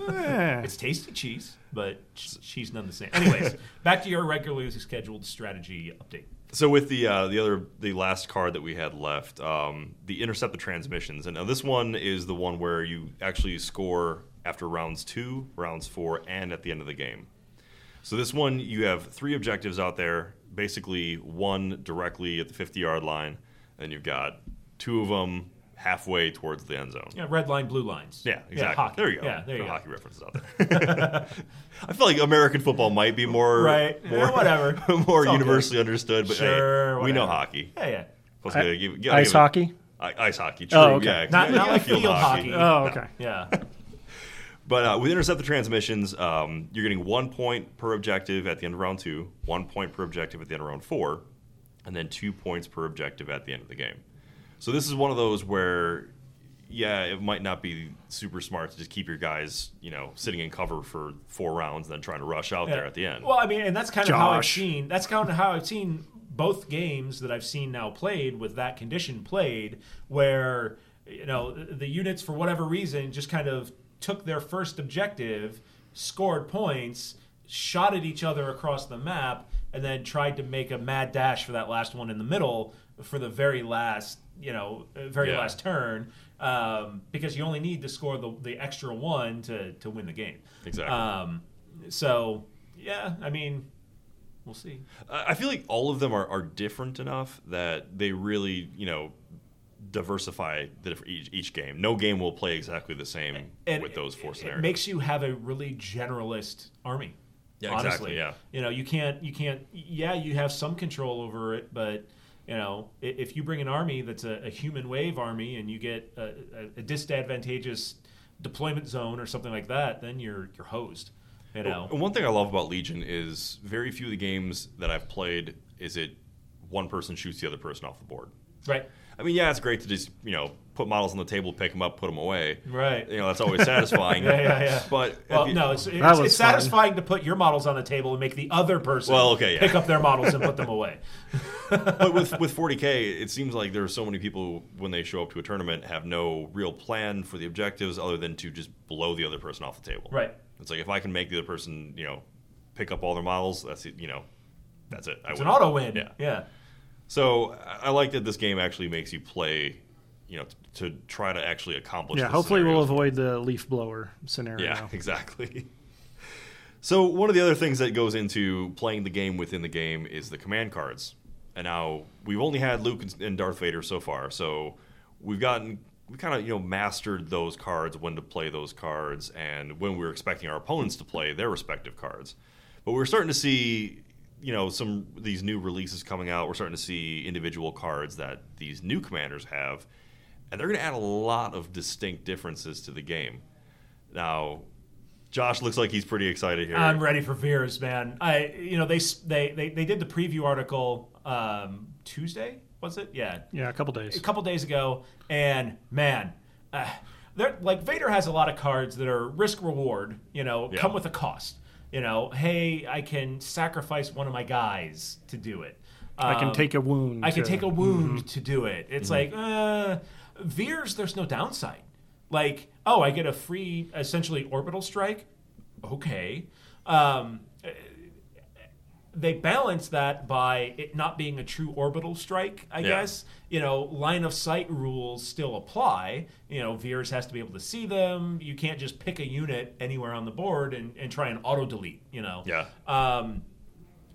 Eh.
It's tasty cheese, but ch- cheese none the same. Anyways, back to your regularly scheduled strategy update.
So with the uh, the other the last card that we had left, um, the intercept the transmissions, and now this one is the one where you actually score after rounds two, rounds four, and at the end of the game. So this one you have three objectives out there, basically one directly at the 50 yard line, and you've got two of them halfway towards the end zone.
Yeah, red line, blue lines.
Yeah, exactly.
hockey.
there you go.
Yeah, there you
No
go.
Hockey references out there. I feel like American football might be more
Right. Yeah,
more
whatever.
more
It's all good.
universally understood, but hey,
Sure,
we know
whatever.
hockey.
Yeah, yeah.
Plus, we gotta give- gotta
Ice
give it-
hockey?
I, ice hockey. True.
Oh, okay.
Yeah,
Not-
yeah,
not
yeah,
like field hockey.
Oh, okay.
Yeah.
But uh, with intercept the transmissions, um, you're getting one point per objective at the end of round two, one point per objective at the end of round four, and then two points per objective at the end of the game. So this is one of those where, yeah, it might not be super smart to just keep your guys, you know, sitting in cover for four rounds and then trying to rush out there
Yeah.
at the end.
Well, I mean, and that's kind of how I've
Josh.
seen. That's kind of how I've seen both games that I've seen now played with that condition played, where you know the units for whatever reason just kind of took their first objective, scored points, shot at each other across the map, and then tried to make a mad dash for that last one in the middle for the very last, you know, uh, very
Yeah.
last turn. Um, because you only need to score the, the extra one to, to win the game.
Exactly.
Um, so yeah, I mean, we'll see.
I I feel like all of them are, are different enough that they really, you know, diversify the, diff- each, each game. No game will play exactly the same
And
with those four
it,
scenarios.
it makes you have a really generalist army.
Yeah,
honestly.
exactly, yeah.
you know, you can't, you can't. Yeah, you have some control over it, but you know, i- if you bring an army that's a, a human wave army and you get a, a, a disadvantageous deployment zone or something like that, then you're you're hosed. You know,
And one thing I love about Legion is very few of the games that I've played is it one person shoots the other person off the board.
right?
I mean, yeah, it's great to just you know put models on the table, pick them up, put them away.
Right.
You know that's always satisfying.
Yeah, yeah, yeah.
But at
Well,
the-
no, it's, it's,
was
it's
fun.
satisfying to put your models on the table and make the other person
Well, okay, yeah.
pick up their models and put them away.
but with with 40k, it seems like there are so many people who, when they show up to a tournament have no real plan for the objectives other than to just blow the other person off the table.
Right.
It's like if I can make the other person you know pick up all their models, that's it. You know, that's it. I
It's an
win.
auto win.
Yeah.
Yeah.
So I- I like that this game actually makes you play, you know, t- to try to actually accomplish.
Yeah,
the
hopefully we'll
scenarios.
avoid the leaf blower scenario.
Yeah, exactly. So one of the other things that goes into playing the game within the game is the command cards. And now we've only had Luke and- and Darth Vader so far, so we've gotten we kind of you know mastered those cards, when to play those cards, and when we were expecting our opponents to play their respective cards. But we're starting to see you know some these new releases coming out. We're starting to see individual cards that these new commanders have, and they're going to add a lot of distinct differences to the game. Now, Josh looks like he's pretty excited here.
I'm ready for Veers, man. I, you know, they s- they they, they did the preview article um, Tuesday, was it? Yeah,
Yeah, a couple
a
days.
couple days ago, and man, uh, they're, like Vader has a lot of cards that are risk reward. You know,
Yeah.
come with a cost. You know, hey, I can sacrifice one of my guys to do it.
I can
Um,
take a wound.
I can
to-
take
Mm-hmm.
a wound to do it. It's like uh, Veers. There's no downside. Like oh, I get a free essentially orbital strike. Okay. Um, eh, they balance that by it not being a true orbital strike, I
Yeah.
guess. You know, line of sight rules still apply. You know, Veers has to be able to see them. You can't just pick a unit anywhere on the board and, and try and auto delete, you know.
yeah.
Um,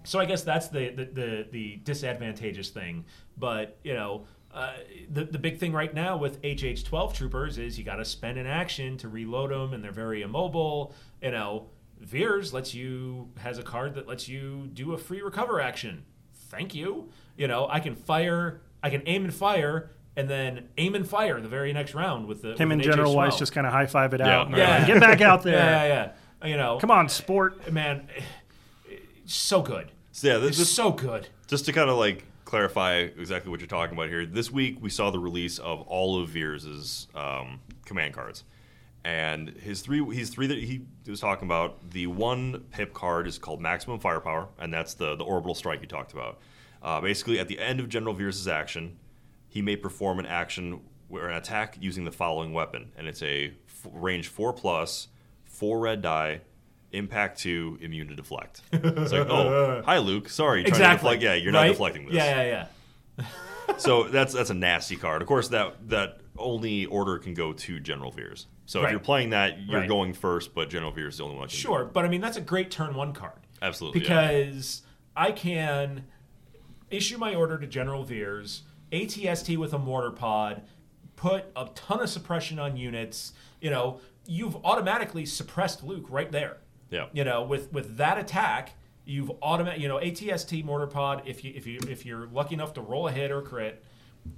so I guess that's the the, the, the disadvantageous thing. But you know, uh, the the big thing right now with HH12 troopers is you got to spend an action to reload them, and they're very immobile. You know, Veers lets you has a card that lets you do a free recover action. Thank you. You know, I can fire, I can aim and fire, and then aim and fire the very next round with the with
Him
an
and General Weiss
HH12.
just kind of high five it out. and
Yeah.
they're like, Get back out there.
yeah, yeah, yeah. You know,
Come on, sport.
man, so good.
So yeah, this,
It's
this,
so good.
just to kind of like clarify exactly what you're talking about here. This week we saw the release of all of Veers' um, command cards, And his three, he's three that he was talking about. The one pip card is called Maximum Firepower, and that's the the orbital strike you talked about. Uh, basically, at the end of General Veers' action, he may perform an action or an attack using the following weapon, and it's a f- range four plus, four red die, impact two, immune to deflect. It's like, oh, hi Luke, sorry, you're trying to
exactly.
deflect- Yeah, you're
right?
not deflecting this.
Yeah, yeah, yeah.
So that's that's a nasty card. Of course, that that only order can go to General Veers. So if
Right.
you're playing that, you're
Right.
going first, but General Veers is the only one. that Can
Sure, but I mean that's a great turn one card.
Absolutely,
Because I can issue my order to General Veers, ATST with a mortar pod, put a ton of suppression on units. You know, you've automatically suppressed Luke right there.
Yeah.
You know, with with that attack, you've automatic. You know, ATST mortar pod. If you if you if you're lucky enough to roll a hit or crit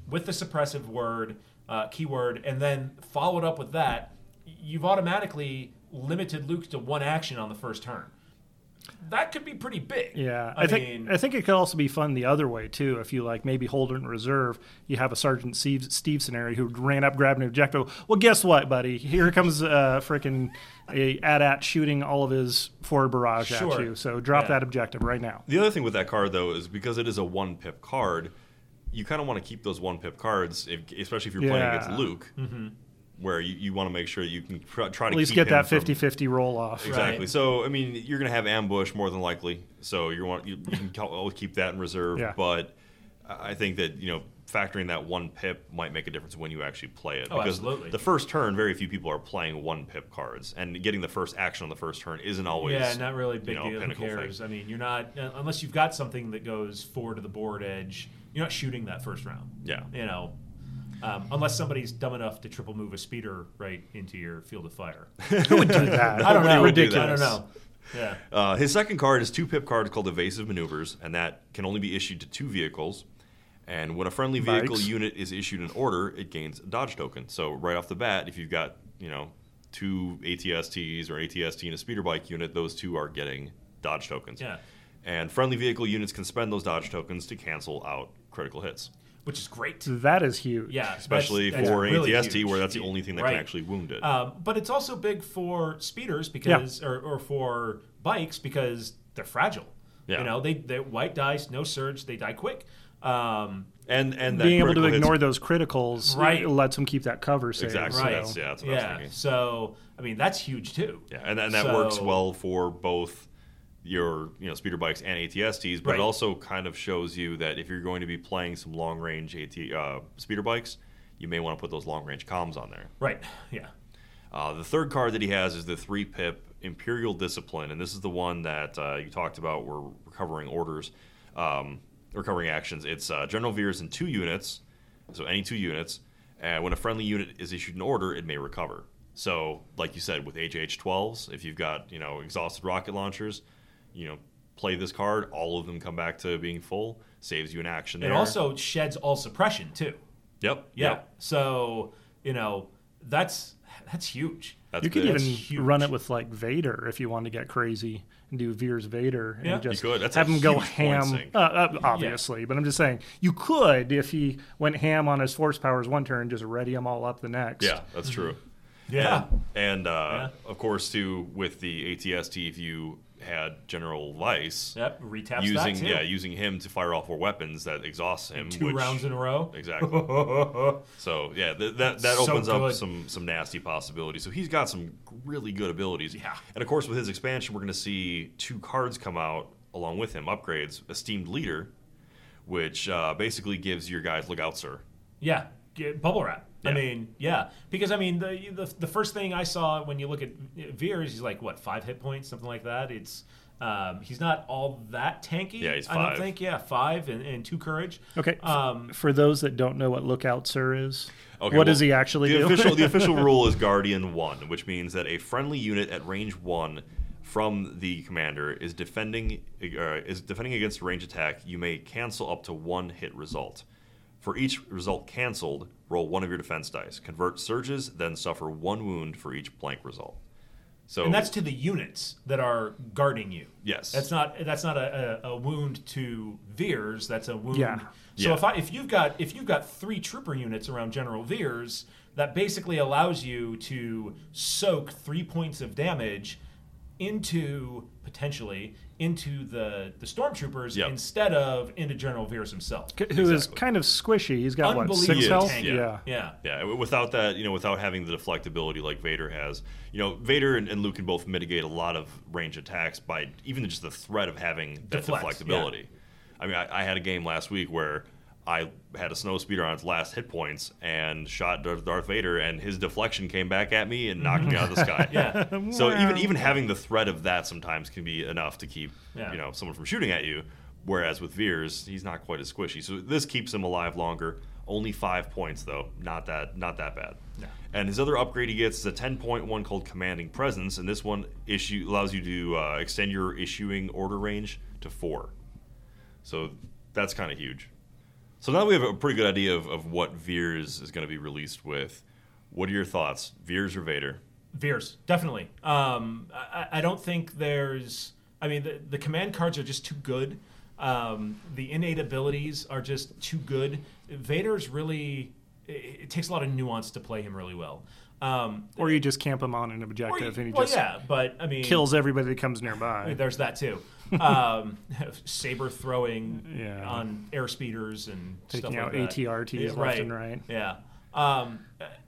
with the suppressive word uh, keyword, and then followed up with that, you've automatically limited Luke to one action on the first turn. That could be pretty big.
Yeah,
I,
I, think
mean,
I think it could also be fun the other way too. If you like maybe hold it in reserve, you have a Sergeant Steve, Steve scenario who ran up, grabbed an objective. Well, guess what, buddy? Here comes uh, freaking a at shooting all of his forward barrage
Sure.
at you. So drop
Yeah.
that objective right now.
The other thing with that card though is because it is a one pip card, you kind of want to keep those one pip cards, if, especially if you're playing
Yeah.
against Luke,
Mm-hmm.
where you, you want to make sure you can try, try
At
to
least
keep
get
him
that
from-
50-50 roll off.
Exactly.
Right.
So I mean, you're going to have ambush more than likely. So you want you, you can cal- always keep that in reserve.
Yeah.
But I I think that you know factoring that one pip might make a difference when you actually play it
Oh, absolutely.
the first turn, very few people are playing one pip cards, and getting the first action on the first turn isn't always
yeah, not really a big
you know,
deal. Who
pinnacle thing.
cares? I mean, you're not uh, unless you've got something that goes four to the board edge. You're not shooting that first round.
Yeah.
you know. Um, unless somebody's dumb enough to triple move a speeder right into your field of fire.
Who would do that?
I don't know.
would do that.
I don't know. Yeah.
Uh, his second card is two pip cards called Evasive Maneuvers, and that can only be issued to two vehicles. And when a friendly vehicle
Bikes.
unit is issued an order, it gains a dodge token. So right off the bat, if you've got you know two ATSTs or ATST and a speeder bike unit, those two are getting dodge tokens.
Yeah.
And friendly vehicle units can spend those dodge tokens to cancel out critical hits,
Which is great.
That is huge.
Yeah.
especially
that's- that's
for
really
ATST,
huge.
where that's the only thing that
Right.
can actually wound it.
Um, but it's also big for speeders because, or, or for bikes because they're fragile.
Yeah.
You know, they they white dice, no surge, they die quick. Um,
and and that
Being able to
critical hits-
ignore those criticals
Right.
lets them keep that cover safe.
Exactly.
So-
Right.
That's- yeah, that's what I was thinking.
So I mean, that's huge too.
Yeah, and, and that
So-
works well for both your you know speeder bikes and ATSTs, but
Right.
it also kind of shows you that if you're going to be playing some long range AT uh, speeder bikes, you may want to put those long range comms on there.
Right. Yeah.
Uh, the third card that he has is the three pip Imperial Discipline, and this is the one that uh, you talked about. We're recovering orders, um, recovering actions. It's uh, General Veers in two units, so any two units. And when a friendly unit is issued an order, it may recover. So, like you said, with HH12s, if you've got you know exhausted rocket launchers, you know play this card. All of them come back to being full. Saves you an action.
It
there.
also sheds all suppression too.
yep
Yeah.
yep.
So you know, that's that's huge.
That's
You could
good.
even
huge.
run it with like Vader if you wanted to get crazy and do Veer's Vader
Yeah. You
and just
could. That's a
have him go
huge point
ham.
sink.
Uh, uh, obviously, but I'm just saying you could if he went ham on his force powers one turn, just ready them all up the next.
yeah, that's true.
Yeah.
And uh, of course, too, with the ATST, if you had General Vice
Yep. Retaps
using
that too.
yeah using him to fire off four weapons that exhausts him.
Two
which,
rounds in a row.
Exactly. so yeah, th- that that
So
opens up
good.
some some nasty possibilities. So he's got some really good abilities.
Yeah.
And of course, with his expansion, we're going to see two cards come out along with him upgrades: Esteemed Leader, which uh, basically gives your guys look out, sir.
Yeah, get bubble wrap. I
Yeah.
mean, yeah, because I mean, the, the the first thing I saw when you look at Veers, he's like what five hit points, something like that. It's um, he's not all that tanky.
Yeah, he's
I
five.
don't think. Yeah, five and, and two courage.
Okay.
Um,
For those that don't know what Lookout Sir is,
Okay,
what
well,
does he actually
the
do?
Official, the official rule is Guardian 1, which means that a friendly unit at range 1 from the commander is defending uh, is defending against a range attack. You may cancel up to one hit result. For each result canceled, roll one of your defense dice. Convert surges, then suffer one wound for each blank result. So
and that's to the units that are guarding you.
Yes.
that's not that's not a, a, a wound to Veers. That's a wound.
Yeah.
So
Yeah.
if I if you've got if you've got three trooper units around General Veers, that basically allows you to soak three points of damage into potentially into the the stormtroopers
Yep.
instead of into General Veers himself.
C- who is
Exactly.
kind of squishy. He's got what six
Unbelievably
health.
tanky.
Yeah.
Yeah.
Yeah, w- without that, you know, without having the deflectability like Vader has, you know, Vader and, and Luke can both mitigate a lot of range attacks by even just the threat of having that
Deflect,
deflectability. I mean, I, I had a game last week where I had a snow speeder on its last hit points and shot Dar- Darth Vader, and his deflection came back at me and knocked me out of the sky.
Yeah.
So even even having the threat of that sometimes can be enough to keep
Yeah.
you know someone from shooting at you. Whereas with Veers, he's not quite as squishy. So this keeps him alive longer. Only five points though, not that not that bad. And his other upgrade he gets is a 10.1 called Commanding Presence, and this one issue allows you to uh, extend your issuing order range to four. So that's kind of huge. So now that we have a pretty good idea of, of what Veers is going to be released with, what are your thoughts, Veers or Vader?
Veers, definitely. Um, I, I I don't think there's. I mean, the, the command cards are just too good. Um, the innate abilities are just too good. Vader's really. It, it takes a lot of nuance to play him really well. Um,
Or you just camp him on an
or
objective
you-
and he
well,
just
yeah, but I mean,
kills everybody that comes nearby.
There's that too. Um, saber throwing
Yeah.
on air speeders and
Taking
stuff
out
like that.
ATRTs
Yeah,
left and right.
Yeah. Um,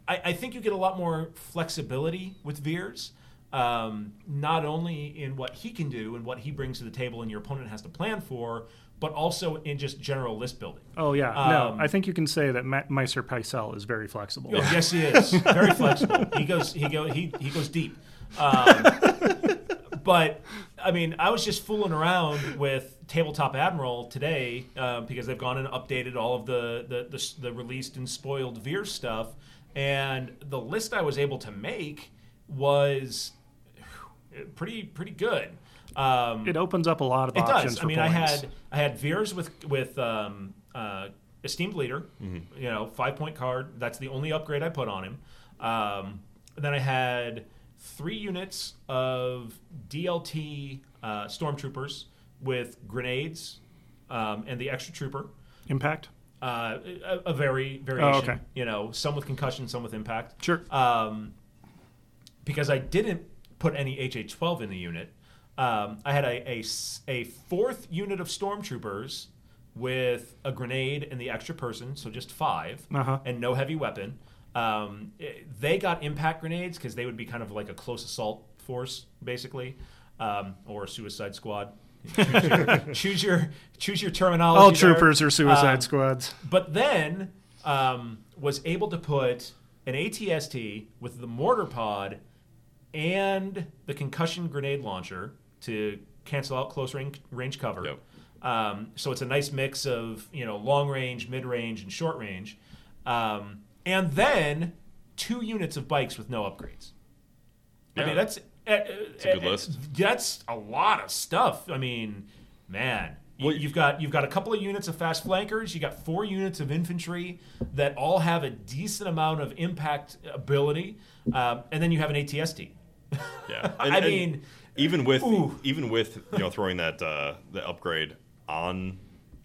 I, I think you get a lot more flexibility with Veers, um, not only in what he can do and what he brings to the table and your opponent has to plan for, but also in just general list building.
Oh yeah, no.
Um,
I think you can say that Ma- Meister Pycelle is very flexible.
Oh, Yes, he is very flexible. He goes, he go, he he goes deep. Um, but I mean, I was just fooling around with Tabletop Admiral today uh, because they've gone and updated all of the the, the s- the released and spoiled Veer stuff, and the list I was able to make was pretty pretty good. Um,
It opens up a lot of
it
options.
does.
For
I mean,
points.
I had I had Veers with with um, uh, esteemed leader,
Mm-hmm.
you know, five point card. That's the only upgrade I put on him. Um, and then I had three units of DLT uh, stormtroopers with grenades um, and the extra trooper.
impact.
Uh, a, a very variation,
Oh, okay.
you know, some with concussion, some with impact
Sure.
because I didn't put any HH12 in the unit. Um, I had a, a s- a fourth unit of stormtroopers with a grenade and the extra person, so just 5
Uh-huh.
and no heavy weapon. Um, i- they got impact grenades because they would be kind of like a close assault force, basically, um, or a suicide squad. choose, your, choose your choose your terminology.
All
there.
troopers are suicide
Um,
squads.
but then um, was able to put an ATST with the mortar pod and the concussion grenade launcher to cancel out close range, range cover.
Yep.
Um, so it's a nice mix of you know long range, mid range, and short range, um, and then two units of bikes with no upgrades. I
Yeah.
mean that's it's
a good list.
That's a lot of stuff. I mean, man, you,
Well,
you've got you've got a couple of units of fast flankers. You got four units of infantry that all have a decent amount of impact ability, um, and then you have an ATST.
Yeah,
I mean,
even with
ooh.
even with you know throwing that uh, the upgrade on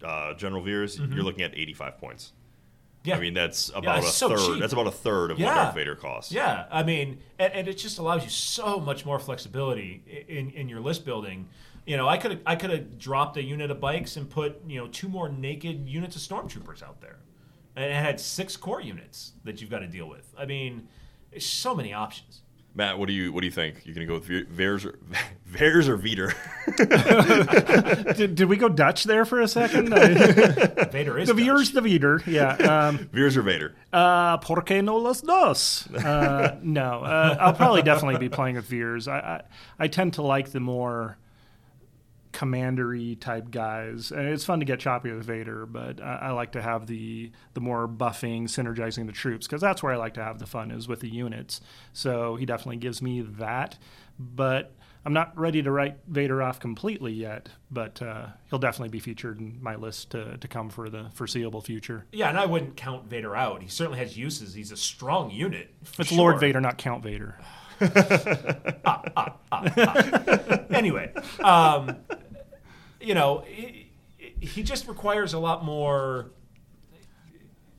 uh, General Veers, you're looking at 85 points.
Mm-hmm. Yeah,
I mean, that's about a
it's so
third.
cheap.
That's about a third of what
Yeah.
Darth Vader costs.
Yeah, I mean, and, and it just allows you so much more flexibility i- in in your list building. You know, I could I could have dropped a unit of bikes and put you know two more naked units of stormtroopers out there, and it had six core units that you've got to deal with. I mean, there's so many options.
Matt, what do you what do you think? You're gonna go with Ve- Veers or Veers or Vader?
did, did we go Dutch there for a second? I-
Vader is
the
Dutch.
viewers, the Vader. Yeah. Um,
Veers or Vader?
Uh, ¿Por qué no las dos? Uh, no, uh, I'll probably definitely be playing with Veers. I, I I tend to like the more commandery type guys, and it's fun to get choppy with Vader. But I, I like to have the the more buffing, synergizing the troops because that's where I like to have the fun is with the units. So he definitely gives me that. But I'm not ready to write Vader off completely yet. But uh, he'll definitely be featured in my list to to come for the foreseeable future.
Yeah, and I wouldn't count Vader out. He certainly has uses. He's a strong unit. for
It's Lord
sure.
Vader, not Count Vader.
anyway, um, you know, he, he just requires a lot more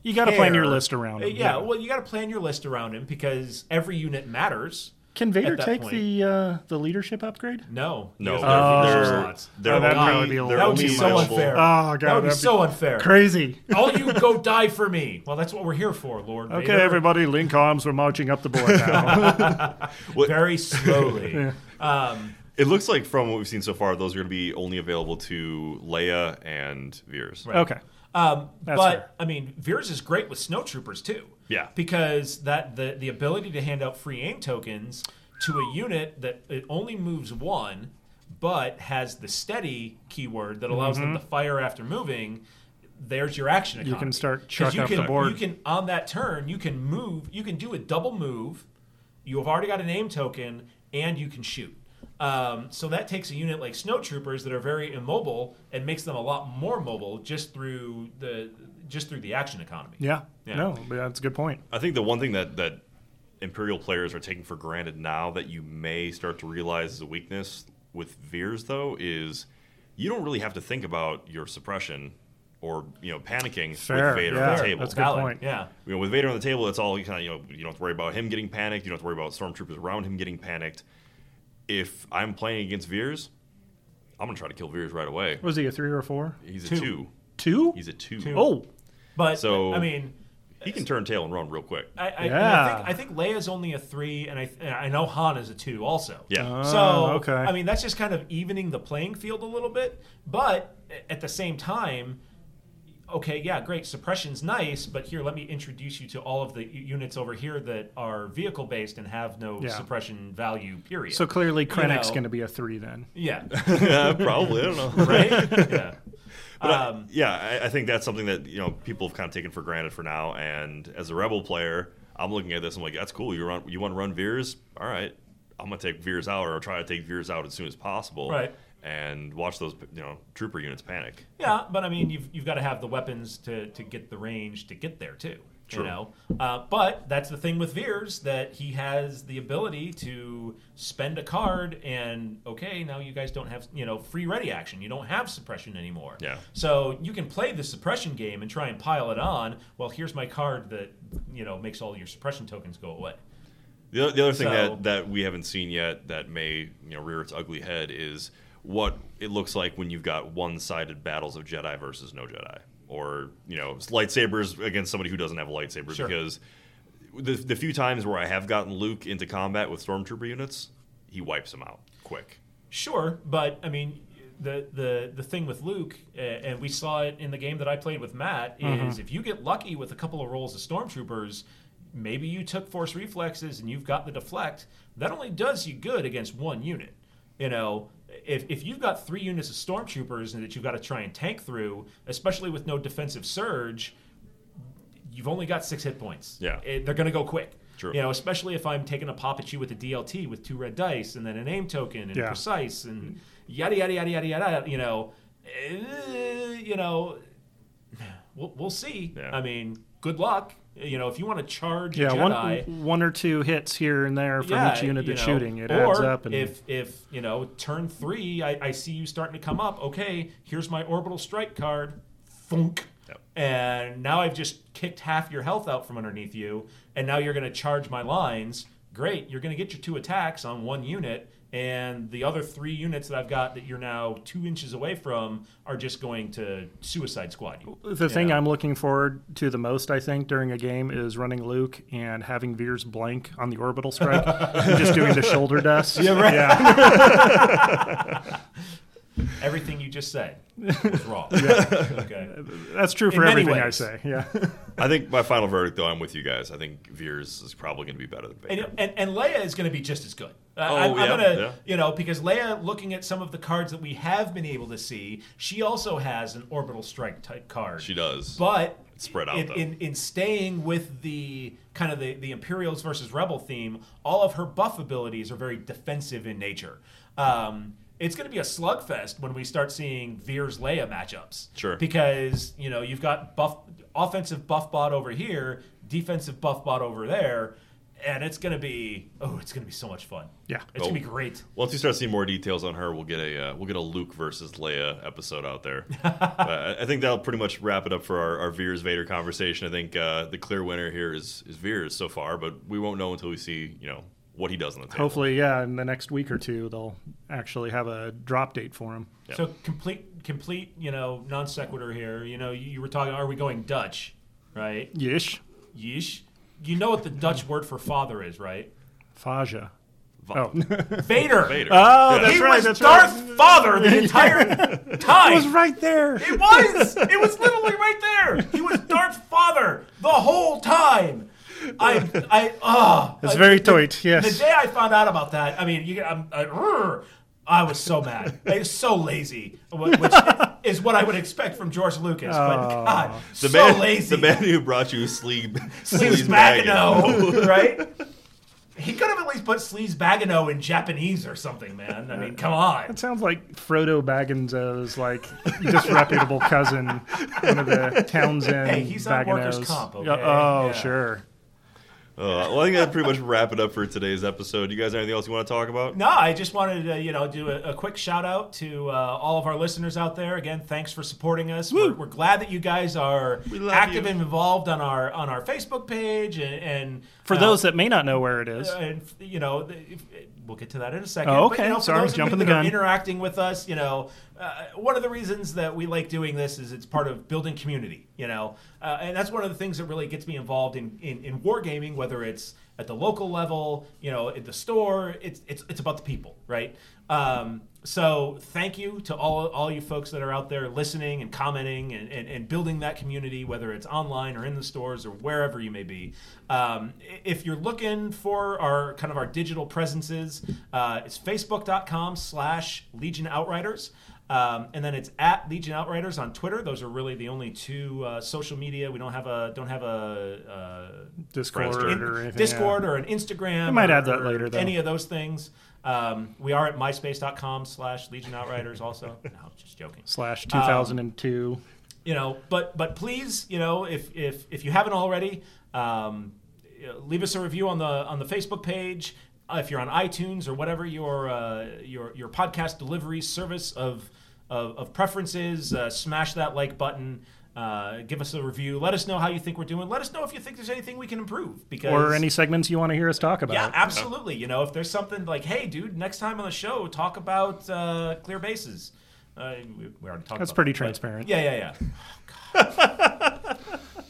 You got to plan
care.
your list around
Uh,
him.
Yeah, well, you got to plan your list around him because every unit matters.
Can Vader
at that
take
point.
the uh, the leadership upgrade?
No,
No,
because they're
they're,
future
they're,
slots.
they're
Oh, that'd
only-
probably be a Oh,
they're
that would
only
be so
available-
unfair.
God,
that would be
that'd be
so unfair.
Crazy.
All you go die for me. Well, that's what we're here for, Lord.
Okay,
Vader.
everybody, link arms. We're marching up the board now.
Very slowly. um,
It looks like from what we've seen so far, those are going to be only available to Leia and Veers.
okay.
um,
That's
but
fair.
I mean, Veers is great with snowtroopers too.
Yeah.
because that the the ability to hand out free aim tokens to a unit that it only moves one, but has the steady keyword that allows them to fire after moving. There's your action. Economy.
Mm-hmm. can start
'Cause
chucking
you
up
can,
the board.
You can on that turn. You can move. You can do a double move. You have already got an aim token, and you can shoot. Um, so that takes a unit like snowtroopers that are very immobile and makes them a lot more mobile just through the just through the action economy.
Yeah.
Yeah.
No, but that's a good point.
I think the one thing that that Imperial players are taking for granted now that you may start to realize is a weakness with Veers though is you don't really have to think about your suppression or you know panicking
Fair,
with Vader
yeah,
on the table.
that's a good
Valid.
point.
Yeah.
You know, with Vader on the table, it's all you kind of you know you don't have to worry about him getting panicked. You don't have to worry about stormtroopers around him getting panicked. If I'm playing against Veers, I'm gonna try to kill Veers right away.
Was he a three or a four?
He's a
Two.
two.
Two?
He's a two.
Oh,
But
So-
I mean,
He can turn tail and run real quick.
I, I,
Yeah.
I think I think Leia's only a three, and I and I know Han is a two also.
Yeah. Oh,
So
okay.
I mean, that's just kind of evening the playing field a little bit, but at the same time. Okay, yeah, great. Suppression's nice, but here, let me introduce you to all of the u- units over here that are vehicle based and have no
Yeah.
suppression value, period.
so clearly Krennic's
know.
going to be a three then.
yeah,
Probably. I don't know.
right? yeah.
um, yeah, I, I think that's something that you know people have kind of taken for granted for now. And as a rebel player, I'm looking at this. I'm like, that's cool. You run, you want to run Veers? All right, I'm gonna take Veers out, or try to take Veers out as soon as possible.
Right.
And watch those you know trooper units panic.
Yeah, but I mean, you've you've got to have the weapons to to get the range to get there too.
True.
You know, uh, but that's the thing with Veers that he has the ability to spend a card and okay, now you guys don't have you know free ready action. You don't have suppression anymore.
Yeah.
So you can play the suppression game and try and pile it on. Well, here's my card that you know makes all your suppression tokens go away.
The, the other thing
So-
that, that we haven't seen yet that may you know rear its ugly head is what it looks like when you've got one-sided battles of Jedi versus no Jedi, or you know lightsabers against somebody who doesn't have a lightsaber.
Sure.
Because the, the few times where I have gotten Luke into combat with stormtrooper units, he wipes them out quick.
Sure, but I mean, the the the thing with Luke, uh, and we saw it in the game that I played with Matt, is
Mm-hmm.
if you get lucky with a couple of rolls of stormtroopers, maybe you took force reflexes and you've got the deflect. That only does you good against one unit. You know, if if you've got three units of stormtroopers and that you've got to try and tank through, especially with no defensive surge, you've only got six hit points.
Yeah.
It- they're going to go quick.
True.
You know, especially if I'm taking a pop at you with a DLT with two red dice and then an aim token and
Yeah.
precise and yada yada yada yada yada. You know, eh, you know, we'll, we'll see.
Yeah.
I mean, good luck. You know, if you want to charge,
Yeah,
a Jedi,
one one or two hits here and there from each unit
you
that's
know,
shooting. It
or
adds up. And
if if you know turn three, I, I see you starting to come up. Okay, here's my orbital strike card, funk,
Yep.
and now I've just kicked half your health out from underneath you, and now you're going to charge my lines. Great, you're going to get your two attacks on one unit, and the other three units that I've got that you're now two inches away from are just going to suicide squad you.
the thing I'm looking forward to the most, I think, during a game is running Luke and having Veers blank on the orbital strike, and just doing the shoulder dust. Yeah, right.
Everything you just said was wrong. Okay.
that's true for
many
everything I
ways.
say. Yeah,
I think my final verdict, though, I'm with you guys. I think Veers is probably going to be better than Vader.
and, and and Leia is going to be just as good. Uh,
Oh,
I'm, I'm
yeah,
gonna,
yeah.
you know, because Leia, looking at some of the cards that we have been able to see, she also has an orbital strike type card.
she does.
but
It's spread out,
in,
though.
in in staying with the kind of the the Imperials versus Rebel theme. All of her buff abilities are very defensive in nature. Um, it's going to be a slugfest when we start seeing Veers Leia matchups.
Sure.
Because, you know, you've got buff offensive buff bot over here, defensive buff bot over there. and it's gonna be oh, it's gonna be so much fun.
Yeah.
it's gonna
Oh.
be great.
Once we start seeing more details on her, we'll get a uh, we'll get a Luke versus Leia episode out there. uh, I think that'll pretty much wrap it up for our, our Veers Vader conversation. I think uh, the clear winner here is is Veers so far, but we won't know until we see you know what he does on the table.
Hopefully, yeah, in the next week or two, they'll actually have a drop date for him.
So complete, complete, you know, non sequitur here. You know, you, you were talking. Are we going Dutch, right?
Yish.
Yeesh. You know what the Dutch word for father is, right?
Faja.
Va-
Vader.
Vader.
Oh,
Yeah.
that's
He
right.
was
that's
Darth
right.
Father the entire time.
It was right there.
It was. It was literally right there. He was Darth Father the whole time. I, I, ah.
It's
I-
very
the-
tight.
The
Yes.
day I found out about that, I mean, you, I'm, I, rrr, I was so mad. I was so lazy, wh- which is what I would expect from George Lucas. But
Oh.
God,
the
so
man,
lazy.
the man who brought you Sleep Uh, Sleeves
Sleaze
Magno.
Bagano, right? He could have at least put Sleaze Bagano in Japanese or something, man. I mean, come on.
It sounds like Frodo Bagginso's like disreputable cousin, one of the Townsend.
Hey, he's on workers'
Bagginos.
comp, okay?
Yeah, Oh,
Yeah.
sure.
Uh, well, I think that pretty much wrap it up for today's episode. You guys have anything else you want to talk about?
No, I just wanted to, you know, do a, a quick shout out to uh, all of our listeners out there. Again, thanks for supporting us. We're, we're glad that you guys are
love
active
you.
and involved on our on our Facebook page and, and
For
uh,
those that may not know where it is,
Uh, and you know, the- if, we'll get to that in a second.
Oh,
But,
okay.
you know, for
Sorry,
those of you
jumping the
that are
gun.
Interacting with us, you know, uh, one of the reasons that we like doing this is it's part of building community. You know, uh, and that's one of the things that really gets me involved in in, in wargaming, whether it's at the local level, you know, at the store. It's it's it's about the people, right? Um, so thank you to all all you folks that are out there listening and commenting and, and, and building that community, whether it's online or in the stores or wherever you may be. Um, i- if you're looking for our kind of our digital presences, uh, it's facebook.com slash Legion Outriders. Um, and then it's at Legion Outriders on Twitter. Those are really the only two uh, social media. We don't have a don't have a uh,
Discord
Friendster.
or anything.
Discord
yeah.
or an Instagram.
We might
or-
add that
or
later, though.
Any of those things. Um, we are at myspace.com slash Legion Outriders also. no, just joking.
slash 2002.
You know, but but please, you know, if if if you haven't already, um, you know, leave us a review on the on the Facebook page. Uh, if you're on iTunes or whatever your uh, your your podcast delivery service of of, of preferences, uh, smash that like button. Uh, give us a review. Let us know how you think we're doing. Let us know if you think there's anything we can improve. Because
or any segments you want to hear us talk about.
yeah, absolutely. You know, if there's something like, hey, dude, next time on the show, talk about uh, clear bases. Uh, we, we already talked.
That's
about
pretty
that, but-
transparent.
Yeah, yeah, yeah.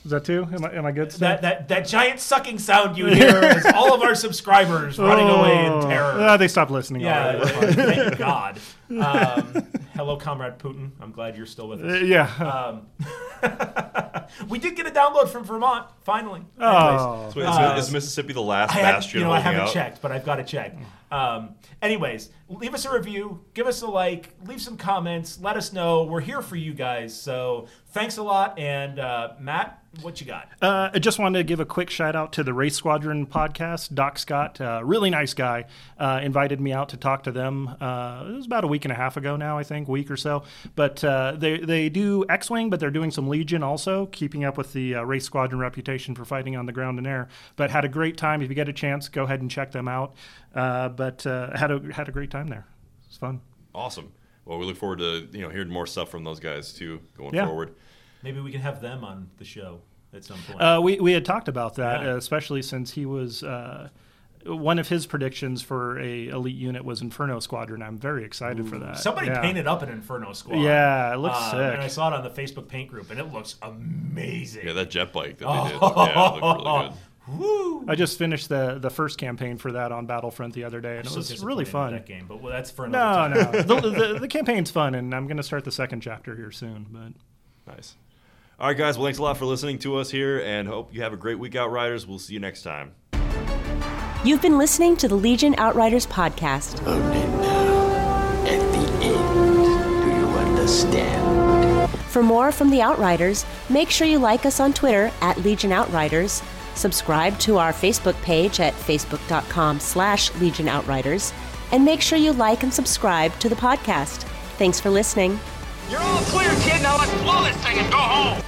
Is that too? Am I, am I good? still?
That that that giant sucking sound you hear is all of our subscribers running away in
Oh.
terror.
Ah, they stopped listening.
yeah,
already.
thank God. Um, hello, comrade Putin. I'm glad you're still with us.
Uh, yeah.
We did get a download from Vermont finally.
Oh.
So wait, is, is Mississippi the last
Uh, I have,
bastion?
you know, I
holding
haven't
out?
checked, but I've got to check. Um, anyways, leave us a review, give us a like, leave some comments, let us know. We're here for you guys. So thanks a lot. And uh, Matt, what you got?
Uh, I just wanted to give a quick shout out to the Race Squadron podcast. Doc Scott, uh, really nice guy, uh, invited me out to talk to them. Uh, it was about a week and a half ago now, I think, week or so. But uh, they they do X Wing, but they're doing some Legion also, keeping up with the uh, Race Squadron reputation for fighting on the ground and air. But had a great time. If you get a chance, go ahead and check them out. Uh, but uh, had a had a great time there. It was fun.
Awesome. Well, we look forward to you know hearing more stuff from those guys too going
Yeah.
forward.
Maybe we can have them on the show at some point.
Uh, we we had talked about that,
Yeah.
uh, especially since he was uh, one of his predictions for a elite unit was Inferno Squadron. I'm very excited for that.
Somebody
yeah.
painted up an Inferno Squad.
Yeah, it looks
Uh,
sick.
And I saw it on the Facebook paint group, and it looks amazing.
Yeah, that jet bike that they did. Yeah, it looked really good.
Woo!
I just finished the the first campaign for that on Battlefront the other day, and it
So
was really
disappointed with
fun.
That game, but well, that's for another
No,
time.
no, the, the, the campaign's fun, and I'm going to start the second chapter here soon. But
Nice. All right, guys. Well, thanks a lot for listening to us here, and hope you have a great week out, riders. We'll see you next time.
You've been listening to the Legion Outriders podcast.
Only now, at the end, do you understand?
For more from the Outriders, make sure you like us on Twitter at Legion Outriders, subscribe to our Facebook page at facebook.com slash Legion Outriders, and make sure you like and subscribe to the podcast. Thanks for listening.
You're all clear, kid. Now let's blow this thing and go home.